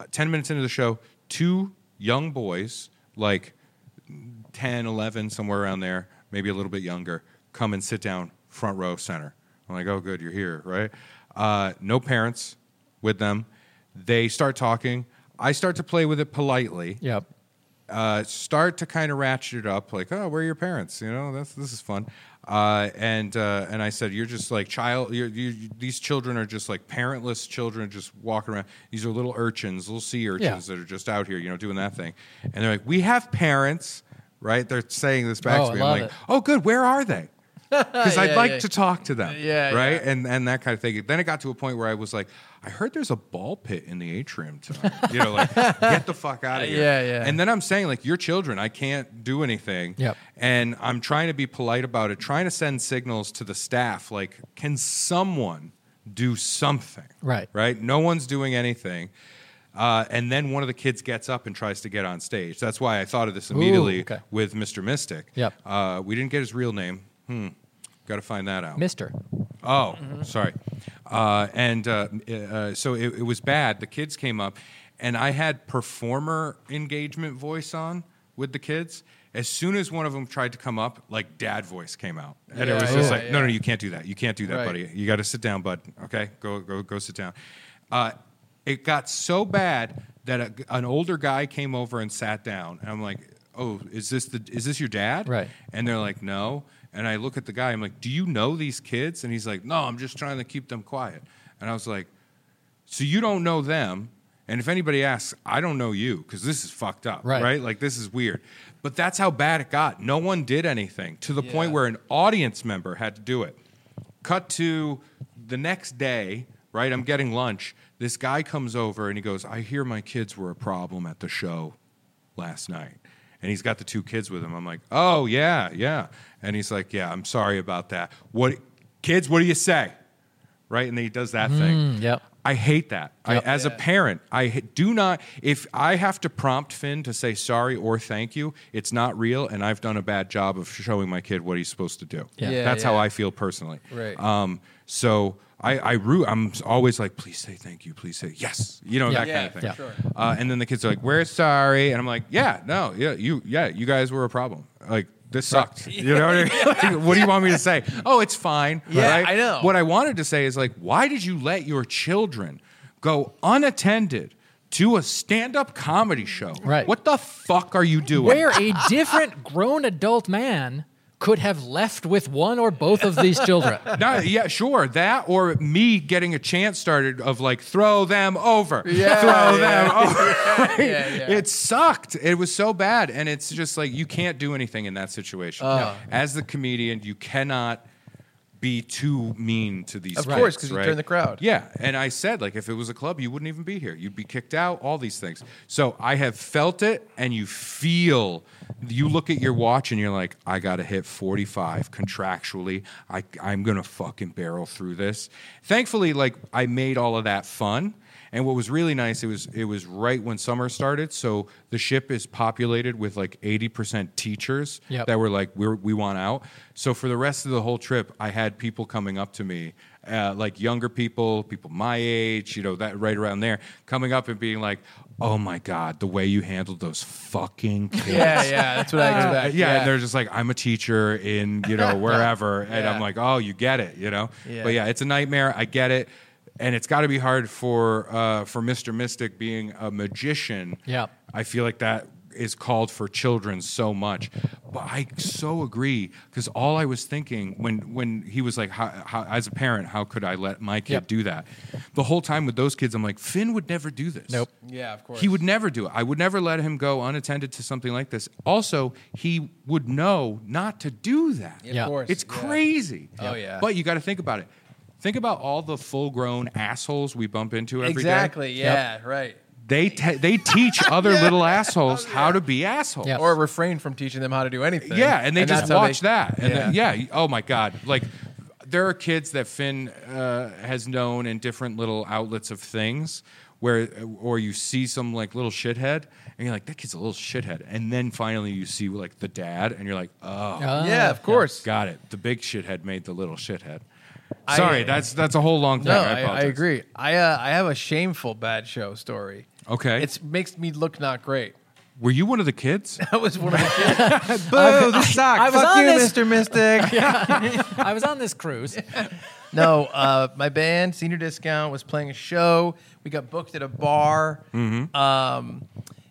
B: Uh, 10 minutes into the show, two young boys, like 10, 11, somewhere around there, maybe a little bit younger, come and sit down front row center. I'm like, oh, good, you're here, right? Uh, no parents with them. They start talking. I start to play with it politely
A: Yep.
B: uh, start to kind of ratchet it up, like, oh, where are your parents? You know, that's this is fun. Uh, and uh, and I said, you're just like child. You're, you, you- these children are just like parentless children, just walking around. These are little urchins, little sea urchins
A: Yeah.
B: that are just out here, you know, doing that thing. And they're like, we have parents, right? They're saying this back
A: Oh,
B: to
A: I
B: me.
A: love
B: I'm like,
A: it.
B: oh, good. Where are
C: (laughs)
B: they? Because I'd
C: Yeah,
B: like
C: yeah.
B: to talk to them,
C: Yeah,
B: right,
C: yeah.
B: and and that kind of thing. Then it got to a point where I was like, I heard there's a ball pit in the atrium tonight. you know, like get the fuck
C: (laughs)
B: out of here.
C: Yeah, yeah.
B: And then I'm saying like your children, I can't do anything.
A: Yep.
B: And I'm trying to be polite about it, trying to send signals to the staff like can someone do something?
A: Right.
B: Right? No one's doing anything. Uh, and then one of the kids gets up and tries to get on stage. That's why I thought of this immediately
A: okay.
B: with Mr. Mystic.
A: Yep.
B: Uh, we didn't get his real name. Hmm. Got to find that out.
A: Mister.
B: Oh, sorry. Uh, and uh, uh, so it, it was bad. The kids came up, and I had performer engagement voice on with the kids. As soon as one of them tried to come up, like dad voice came out, and it
C: Yeah,
B: was just
C: yeah,
B: like, no,
C: yeah.
B: no, you can't do that. You can't do that,
C: Right.
B: buddy. You got to sit down, bud. Okay, go, go, go, sit down. Uh, it got so bad that a, an older guy came over and sat down, and I'm like, oh, is this the is this your dad?
A: Right.
B: And they're like, no. And I look at the guy, I'm like, do you know these kids? And he's like, no, I'm just trying to keep them quiet. And I was like, so you don't know them. And if anybody asks, I don't know you because this is fucked up,
A: Right.
B: right? Like, this is weird. But that's how bad it got. No one did anything to the point
C: Yeah.
B: where an audience member had to do it. Cut to the next day, right? I'm getting lunch. This guy comes over and he goes, I hear my kids were a problem at the show last night. And he's got the two kids with him. I'm like, oh, yeah, yeah. And he's like, yeah, I'm sorry about that. What, kids, what do you say? Right? And then he does that thing.
A: Mm, yep.
B: I hate that. I,
A: Yep.
B: as a
C: Yeah.
B: parent, I ha- do not. If I have to prompt Finn to say sorry or thank you, it's not real, and I've done a bad job of showing my kid what he's supposed to do.
A: Yeah.
C: Yeah,
B: that's how
C: yeah.
B: I feel personally.
C: Right.
B: Um. So I, I root. I'm always like, please say thank you. Please say yes. You know
A: Yeah.
B: that
C: Yeah,
B: kind of thing.
C: for sure.
B: Uh, and then the kids are like, "We're sorry," and I'm like, "Yeah, no, yeah, you, yeah, you guys were a problem. Like this sucked. You know what
C: (laughs)
B: I mean? Like, (laughs) what do you want me to say? Oh, it's fine.
C: Yeah,
B: right?
C: I know.
B: What I wanted to say is like, why did you let your children go unattended to a stand-up comedy show?
A: Right.
B: What the fuck are you doing?
A: Where a different grown adult man could have left with one or both of these
B: (laughs)
A: children.
B: No, yeah, sure. That or me getting a chant started of like throw them over,
C: Yeah,
B: throw
C: yeah.
B: them over. (laughs)
C: Yeah, yeah.
B: It sucked. It was so bad, and it's just like you can't do anything in that situation.
C: Uh.
B: As the comedian, you cannot be too mean to these.
C: Of
B: kids,
C: course, 'cause you
B: right?
C: turn the crowd.
B: Yeah, and I said like if it was a club, you wouldn't even be here. You'd be kicked out. All these things. So I have felt it, and you feel you look at your watch and you're like, I gotta hit 45 contractually. I I'm gonna fucking barrel through this. Thankfully, like I made all of that fun. And what was really nice, it was it was right when summer started, so the ship is populated with like 80% teachers
A: Yep.
B: that were like, We're, we want out. So for the rest of the whole trip, I had people coming up to me, uh, like younger people, people my age, you know, that right around there, coming up and being like, "Oh my god, the way you handled those fucking kids."
C: Yeah, yeah, that's what I
B: Uh,
C: expect.
B: yeah, and they're just like, I'm a teacher in, you know, wherever. And
C: Yeah.
B: I'm like, oh, you get it, you know?
C: Yeah.
B: But yeah, it's a nightmare. I get it. And it's got to be hard for uh, for Mr. Mystic being a magician.
A: Yeah.
B: I feel like that is called for children so much. But I so agree because all I was thinking when when he was like, how, how, as a parent, how could I let my kid
A: Yep.
B: do that? The whole time with those kids, I'm like, Finn would never do this.
A: Nope.
C: yeah, of course.
B: He would never do it. I would never let him go unattended to something like this. Also, he would know not to do that.
C: of
A: Yeah.
C: course.
B: It's
C: yeah.
B: crazy.
C: Oh, yeah.
B: But you got to think about it. Think about all the full-grown assholes we bump into every day.
C: Exactly. Yeah. Right.
B: They te- they teach
C: (laughs)
B: other little
C: Oh,
B: assholes how to be assholes.
A: Yeah.
C: Or refrain from teaching them how to do anything.
B: Yeah, and they just
C: that's how
B: watch
C: they-
B: that. And
C: Yeah.
B: then- yeah. Oh my God. Like there are kids that Finn uh, has known in different little outlets of things where, uh, or you see some like little shithead, and you're like, that kid's a little shithead, and then finally you see like the dad, and you're like, oh,
A: Uh,
C: yeah, of course.
B: got it. The big shithead made the little shithead.
C: I-
B: Sorry, that's that's a whole long thing.
C: No,
B: I,
C: I, I
B: apologize.
C: agree. I uh, I have a shameful bad show story.
B: Okay,
C: It makes me look not great. (laughs)
B: were you one of the kids? (laughs)
C: That was one of the kids. (laughs) Boo, the sock.
A: I was
C: Fuck
A: on
C: you,
A: this-
C: Mr. Mystic.
A: (laughs) I was on this
B: (laughs)
A: cruise.
C: No, uh, my band, Senior Discount, was playing a show. We got booked at a bar.
A: Mm-hmm.
C: Um,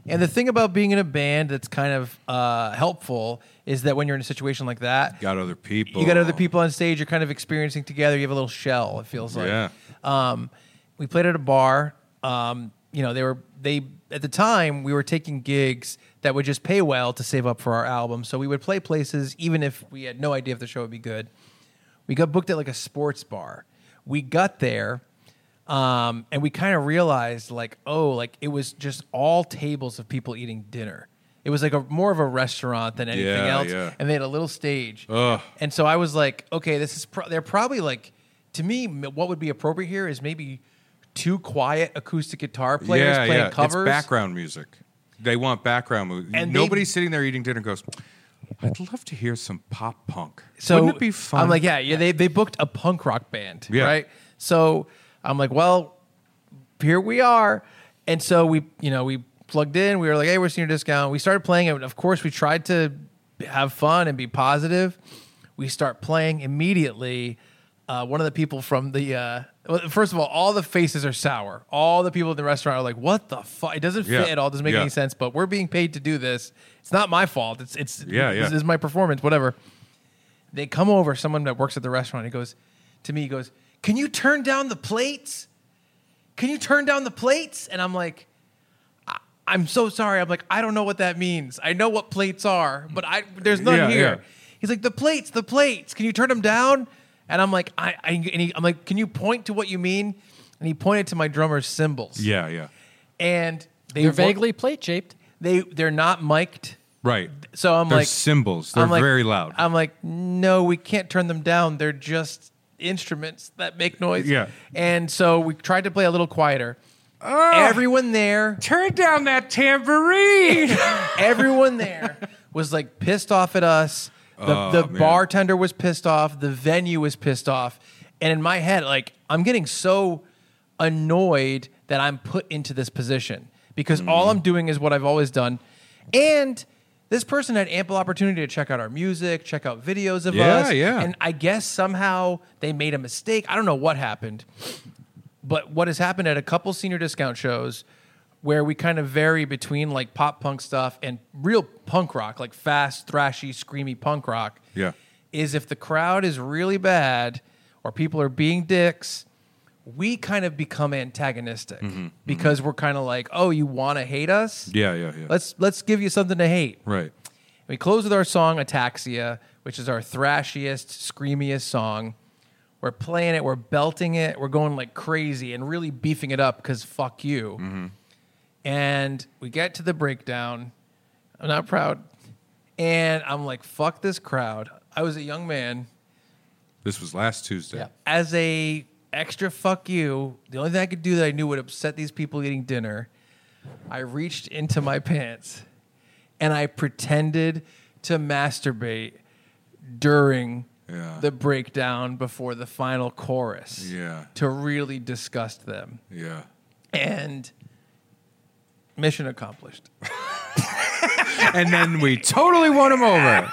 C: and the thing about being in a band that's kind of uh, helpful is that when you're in a situation like that,
B: Got other people.
C: you got other people on stage. You're kind of experiencing together. You have a little shell. It feels like.
B: Yeah.
C: Um, we played at a bar. Um, you know, they were they at the time we were taking gigs that would just pay well to save up for our album. So we would play places even if we had no idea if the show would be good. We got booked at like a sports bar. We got there. Um, and we kind of realized like, oh, like it was just all tables of people eating dinner. It was like a more of a restaurant than anything
B: Yeah,
C: else
B: yeah.
C: and they had a little stage.
B: Ugh.
C: And so I was like, okay, this is pro- they're probably like to me m- what would be appropriate here is maybe two quiet acoustic guitar players
B: yeah,
C: playing
B: yeah.
C: covers.
B: It's background music. They want background music.
C: And
B: And
C: they-
B: Nobody's sitting there eating dinner and goes, I'd love to hear some pop punk.
C: So
B: Wouldn't it be fun?
C: I'm like, yeah, yeah, they they booked a punk rock band,
B: Yeah.
C: right? So I'm like, well, here we are. And so we, you know, we plugged in. We were like, hey, we're senior discount. We started playing, and of course, we tried to have fun and be positive. We start playing immediately. Uh, one of the people from the uh, well, first of all, all the faces are sour. All the people in the restaurant are like, "What the fuck? It doesn't fit
B: Yeah.
C: at all. It doesn't make
B: Yeah.
C: any sense." But we're being paid to do this. It's not my fault. It's it's
B: Yeah, yeah.
C: This is my performance. Whatever they come over, someone that works at the restaurant, he goes to me, he goes, Can you turn down the plates? Can you turn down the plates? And I'm like, "I- I'm so sorry. I'm like, I don't know what that means. I know what plates are, but I there's none
B: Yeah,
C: here.
B: yeah.
C: He's like, the plates, the plates. Can you turn them down? And I'm like, I, I and he, I'm like, can you point to what you mean? And he pointed to my drummer's cymbals.
B: yeah, yeah.
C: And they
A: They're
C: were-
A: vaguely plate shaped.
C: they they're not mic'd.
B: Right.
C: So I'm
B: They're
C: like
B: cymbals. They're
C: I'm like-
B: very loud.
C: I'm like, no, we can't turn them down. They're just instruments that make noise.
B: Yeah.
C: And so we tried to play a little quieter.
B: Ah.
C: everyone there,
B: Turn down that tambourine.
C: everyone there was like pissed off at us. The,
B: Oh,
C: the
B: man.
C: bartender was pissed off. The venue was pissed off. And in my head, like I'm getting so annoyed that I'm put into this position because all
B: Hmm.
C: I'm doing is what I've always done. And this person had ample opportunity to check out our music, check out videos of
B: Yeah,
C: us.
B: yeah.
C: And I guess somehow they made a mistake. I don't know what happened. But what has happened at a couple senior discount shows where we kind of vary between like pop punk stuff and real punk rock, like fast, thrashy, screamy punk rock.
B: (laughs) Yeah.
C: Is if the crowd is really bad or people are being dicks, we kind of become antagonistic because we're kind of like, oh, you want to hate us?
B: Mm-hmm. yeah, yeah, yeah.
C: Let's let's give you something to hate.
B: right.
C: We close with our song Ataxia, which is our thrashiest, screamiest song. We're playing it, we're belting it, we're going like crazy and really beefing it up because fuck you. And we get to the breakdown. I'm not proud. And I'm like, fuck this crowd. I was a young man.
B: This was last Tuesday.
A: Yeah.
C: As a extra fuck you, the only thing I could do that I knew would upset these people eating dinner, I reached into my pants and I pretended to masturbate during
B: Yeah.
C: the breakdown before the final chorus
B: Yeah.
C: to really disgust them.
B: Yeah.
C: And mission accomplished.
B: and then we totally won him over.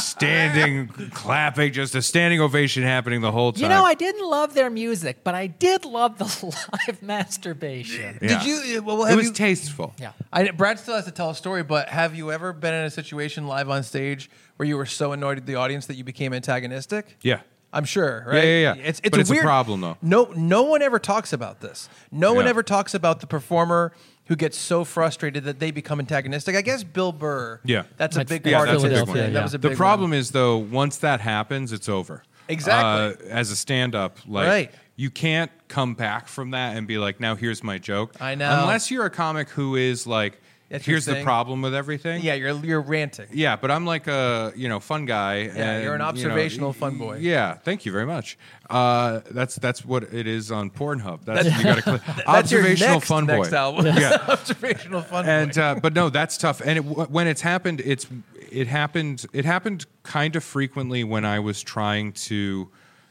B: Standing, clapping, just a standing ovation happening the whole time.
A: You know, I didn't love their music, but I did love the (laughs) live masturbation.
B: Yeah.
C: Did you? uh, Well,
B: it
C: have
B: was
C: you,
B: tasteful.
A: Yeah.
C: I, Brad still has to tell a story, but have you ever been in a situation live on stage where you were so annoyed at the audience that you became antagonistic?
B: Yeah.
C: I'm sure,
B: Yeah,
C: right?
B: yeah, yeah.
C: It's, it's
B: But
C: a
B: it's a
C: weird-
B: problem, though.
C: No, no one ever talks about this. No one
B: Yeah.
C: ever talks about the performer who gets so frustrated that they become antagonistic. I guess Bill Burr.
B: Yeah.
C: that's a
A: That's-
C: big
A: yeah,
C: part
B: that's
C: of
B: a
C: it.
B: big one.
A: Yeah.
C: That was a
B: the
C: big
B: problem
C: One.
B: is though, once that happens, it's over.
C: Exactly.
B: Uh, as a stand-up, like
C: Right.
B: you can't come back from that and be like, "Now here's my joke."
C: I know.
B: Unless you're a comic who is like,
C: That's your
B: "Here's the
C: thing.
B: problem with everything."
C: Yeah, you're you're ranting.
B: Yeah, but I'm like a you know fun guy. and,
C: you're an
B: you know,
C: observational
B: y-
C: fun boy.
B: Yeah, thank you very much. Uh, that's that's what it is on Pornhub. That's, you
C: (laughs)
B: got to click
C: That's your
B: observational
C: next-
B: fun boy.
C: Next album.
B: Yeah.
C: (laughs) observational fun boy.
B: And uh, but no, that's tough. And it, w- when it's happened, it's it happened it happened kind of frequently when I was trying to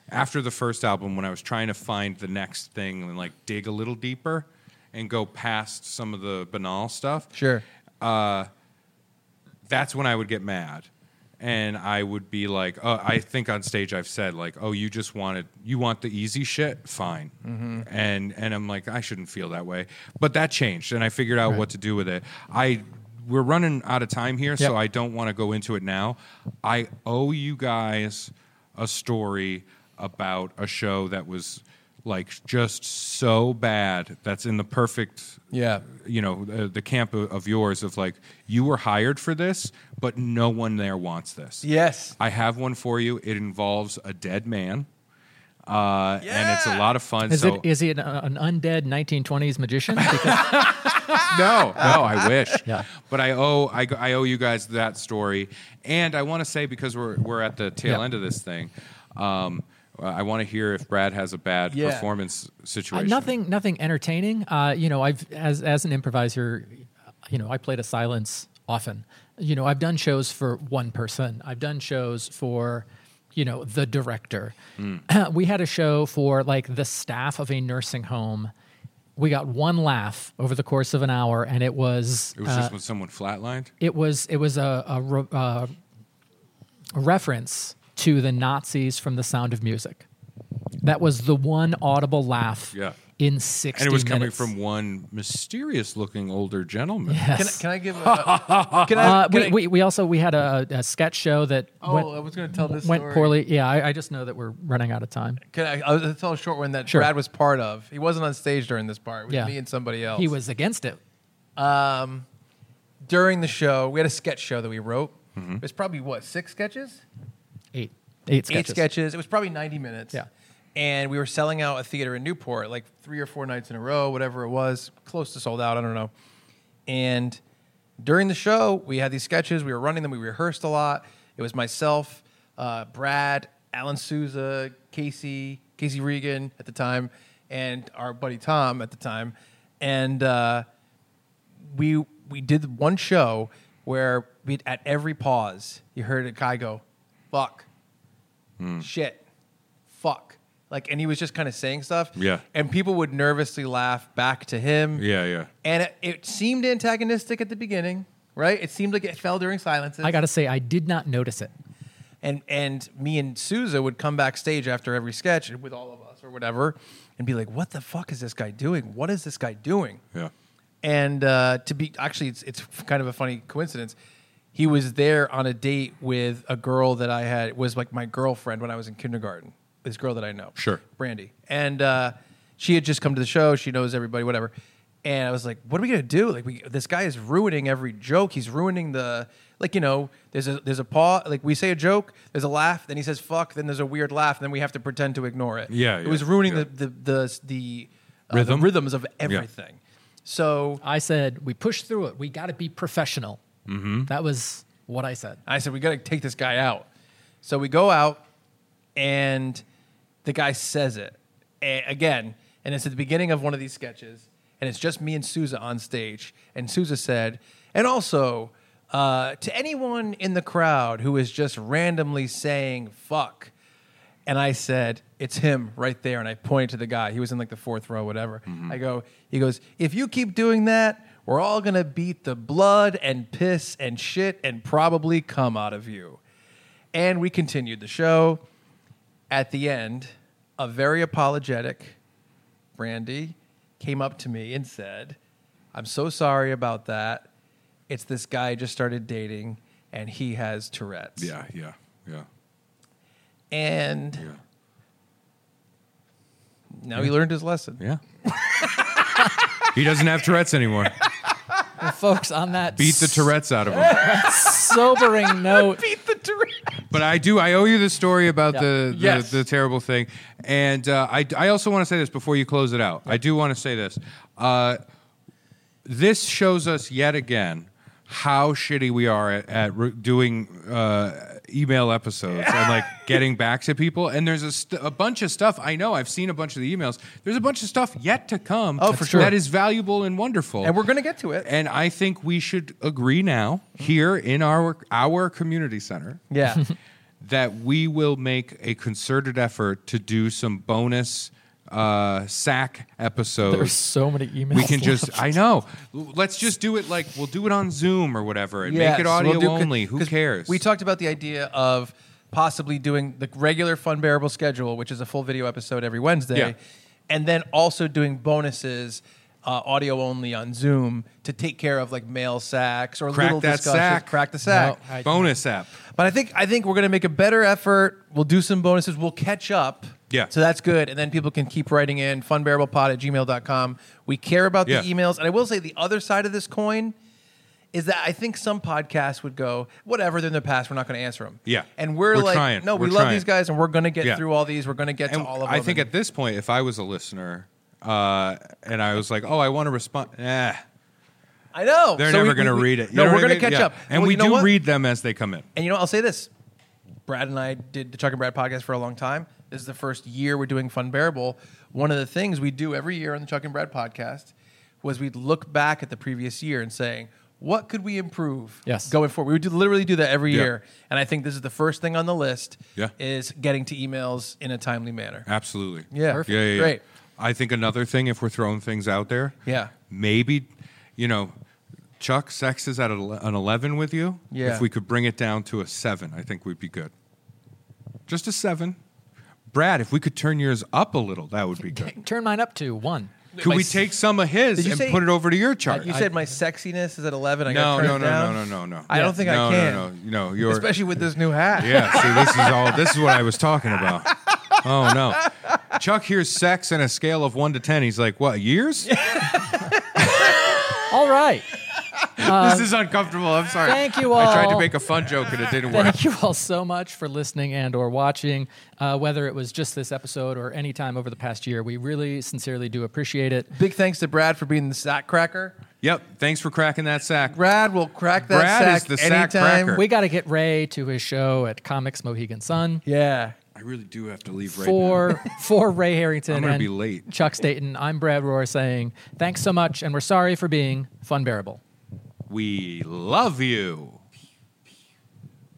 B: after the first album when I was trying to find the next thing and like dig a little deeper and go past some of the banal stuff
C: Sure.
B: that's when I would get mad. And I would be like, uh, I think on stage I've said like, oh, you just wanted, you want the easy shit, fine. And and I'm like, I shouldn't feel that way. But that changed, and I figured out what to do with it. I we're running out of time here,
A: Yep.
B: so I don't want to go into it now. I owe you guys a story about a show that was like just so bad that's in the perfect
C: Yeah.
B: you know uh, the camp of, of yours of like you were hired for this but no one there wants this
C: Yes.
B: i have one for you it involves a dead man uh, and it's a
C: Yeah.
B: lot of fun
A: Is
B: so
A: it is he an, an undead 1920s (laughs) magician? Because
B: no, no,
C: (laughs)
B: I wish.
A: Yeah.
B: But I owe I, I owe you guys that story, and I want to say because we're we're at the tail
A: Yeah.
B: end of this thing, um, I want to hear if Brad has a bad
C: Yeah.
B: performance
A: Uh,
B: situation.
A: nothing, nothing entertaining. Uh, you know, I've as as an improviser, you know, I play to silence often. You know, I've done shows for one person. I've done shows for, you know, the director.
B: Hmm.
A: (clears throat) we had a show for like the staff of a nursing home. We got one laugh over the course of an hour, and it was
B: It was just when someone flatlined.
A: it was it was a, a, re- uh, a reference to the Nazis from The Sound of Music. That was the one audible laugh
B: Yeah.
A: in sixty.
B: And it was coming
A: minutes.
B: from one mysterious-looking older gentleman.
A: Yes.
C: Can, I- can
B: (laughs)
C: I give? A, can I?
A: uh,
C: can
A: we,
C: I-
A: we, we also we had a, a sketch show that
C: oh,
A: went,
C: I was going to tell this
A: went
C: story.
A: poorly. Yeah, I, I just know that we're running out of time.
C: Can I, I'll tell a short one that
A: Sure.
C: Brad was part of. He wasn't on stage during this part. It was
A: Yeah.
C: me and somebody else.
A: He was against it.
C: Um, during the show, we had a sketch show that we wrote.
A: Mm-hmm.
C: It was probably, what, six sketches?
A: Eight eight sketches.
C: Eight sketches. It was probably 90 minutes.
A: Yeah.
C: And we were selling out a theater in Newport like three or four nights in a row, whatever it was, close to sold out. I don't know. And during the show, we had these sketches. We were running them. We rehearsed a lot. It was myself, uh, Brad, Alan Souza, Casey, Casey Regan at the time, and our buddy Tom at the time. And uh, we we did one show where we at every pause you heard a guy go, "Fuck,
B: Hmm.
C: shit, fuck," like, and he was just kind of saying stuff.
B: Yeah.
C: and people would nervously laugh back to him.
B: Yeah, yeah.
C: and it, it seemed antagonistic at the beginning, right? It seemed like it fell during silences.
A: I got to say, I did not notice it.
C: and and me and Souza would come backstage after every sketch with all of us or whatever, and be like, "What the fuck is this guy doing? What is this guy doing?"
B: Yeah.
C: And uh, to be actually, it's it's kind of a funny coincidence. He was there on a date with a girl that I had was like my girlfriend when I was in kindergarten. This girl that I know,
B: Sure.
C: Brandy, and uh, she had just come to the show. She knows everybody, whatever. And I was like, "What are we gonna do? Like, we this guy is ruining every joke. He's ruining the like, you know, there's a there's a paw. Like, we say a joke, there's a laugh, then he says fuck, then there's a weird laugh, and then we have to pretend to ignore it.
B: Yeah,
C: it
B: yeah,
C: was ruining
B: yeah.
C: the the the the, uh,
B: Rhythm?
C: the rhythms of everything. So
B: Mm-hmm.
A: I said, we pushed through it. We got to be professional. That was What I said.
C: I said, we got to take this guy out. So we go out, and the guy says it A- again. And it's at the beginning of one of these sketches, and it's just me and Sousa on stage. And Sousa said, and also uh, to anyone in the crowd who is just randomly saying fuck. And I said, it's him right there. And I pointed to the guy. He was in like the fourth row, whatever.
B: Mm-hmm.
C: I go, he goes, if you keep doing that, we're all going to beat the blood and piss and shit and probably come out of you. And we continued the show. At the end, a very apologetic Brandy came up to me and said, I'm so sorry about that. It's this guy I just started dating and he has Tourette's.
B: Yeah, yeah, yeah,
C: And
B: yeah.
C: now he learned his lesson.
B: Yeah. (laughs) he doesn't have Tourette's anymore.
A: Well, folks, on that
B: Beat the Tourette's out of him.
A: (laughs) sobering note,
C: Beat the Tourette's.
B: But I do. I owe you the story about
A: Yeah.
B: the the,
C: Yes.
B: the terrible thing, and uh, I I also want to say this before you close it out. I do want to say this. Uh, this shows us yet again how shitty we are at, at re- doing uh, email episodes and
C: (laughs)
B: like getting back to people. And there's a, st- a bunch of stuff I know. I've seen a bunch of the emails. There's a bunch of stuff yet to come.
C: Oh, for sure.
B: That is valuable and wonderful.
C: And we're Mm-hmm. going to get to it.
B: And I think we should agree now here in our our community center
C: (laughs) Yeah.
B: that we will make a concerted effort to do some bonus uh, sack episodes.
A: there's so many emails.
B: we can just
C: (laughs)
A: left.
B: I know. L- Let's just do it like we'll do it on Zoom or whatever and
C: Yes,
B: make it
C: we'll
B: audio
C: do-
B: only. Who
C: 'cause
B: cares?
C: We talked about the idea of possibly doing the regular Fun Bearable schedule, which is a full video episode every Wednesday,
B: Yeah.
C: and then also doing bonuses. Uh, audio only on Zoom to take care of like mail sacks or
B: Crack
C: little
B: that
C: discussions.
B: sack.
C: Crack the sack.
A: I-
B: bonus app.
C: But I think I think we're gonna make a better effort. We'll do some bonuses. We'll catch up.
B: Yeah.
C: So that's good. And then people can keep writing in funbearablepod at gmail.com. We care about the
B: Yeah.
C: emails. And I will say the other side of this coin is that I think some podcasts would go, whatever, they're in the past, we're not gonna answer them.
B: Yeah.
C: And we're,
B: We're
C: like,
B: trying.
C: no, we
B: We're
C: love
B: trying.
C: these guys and we're gonna get
B: Yeah.
C: through all these. We're gonna get to all of them.
B: I think
C: And-
B: at this point, if I was a listener uh, and I was like, oh, I want to respond. Eh,
C: I know.
B: they're
C: So we-
B: never going to
C: we-
B: read it. You
C: No,
B: know
C: we're
B: what I
C: gonna
B: mean?
C: catch
B: Yeah.
C: up.
B: And
C: Well,
B: we
C: you know
B: do
C: what?
B: read them as they come in.
C: And you know, I'll say this: Brad and I did the Chuck and Brad podcast for a long time. This is the first year we're doing Fun Bearable. One of the things we do every year on the Chuck and Brad podcast was we'd look back at the previous year and saying, "What could we improve?"
A: Yes.
C: going forward, we would do, literally do that every
B: Yeah.
C: year. And I think this is the first thing on the list:
B: Yeah. Uh,
C: is getting to emails in a timely manner.
B: Absolutely.
C: Yeah. Perfect.
B: Yeah, yeah, yeah.
C: Great.
B: I think another thing, if we're throwing things out there,
C: Yeah.
B: maybe, you know, Chuck, sex is at ele- an 11 with you.
C: Yeah.
B: If we could bring it down to a seven, I think we'd be good. Just a seven. Brad, if we could turn yours up a little, that would be
C: (laughs)
B: good.
A: Turn mine up to one.
B: Could
C: My
B: we
C: s-
B: take some of his
C: Did you
B: and
C: say-
B: put it over to your chart?
C: You
B: I-
C: said my sexiness is at eleven. I
B: no,
C: gotta
B: no,
C: turn
B: no,
C: it
B: no,
C: down.
B: no, no, no.
C: I don't think I
B: No,
C: can.
B: No, no, no. You're,
C: Especially with this new hat.
B: Yeah, see, this is all. This is what I was talking about. Oh no, Chuck hears sex in a scale of one to ten. He's like, "What years?
A: All right.
B: (laughs) this is uncomfortable. I'm sorry."
A: thank you
B: I tried to
A: all.
B: make a fun joke and it didn't work.
A: Thank you all so much for listening and or watching, uh, whether it was just this episode or any time over the past year. We really sincerely do appreciate it.
C: Big thanks to Brad for being the sack cracker.
B: Yep. Thanks for cracking that sack.
C: Brad will crack that
B: Brad is
C: sack
B: the sack
C: anytime.
B: cracker.
A: We got to get Ray to his show at Comics Mohegan Sun.
C: Yeah.
B: I really do have to leave right now.
A: For for Ray Harrington
B: I'm gonna
A: and
B: be late.
A: Chuck Staten, I'm Brad Rohr saying thanks so much, and we're sorry for being fun bearable.
B: We love you.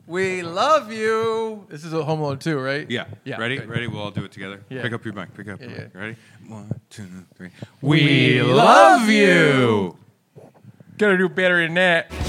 C: We love you. This is a Home Alone 2, right?
B: Yeah.
C: Yeah.
B: Ready?
C: Great.
B: Ready? We'll all do it together.
C: Yeah.
B: Pick up your mic. Pick up. your
C: Yeah,
B: mic.
C: yeah.
B: Ready? One, two, three.
C: We love you. Get a new battery in that.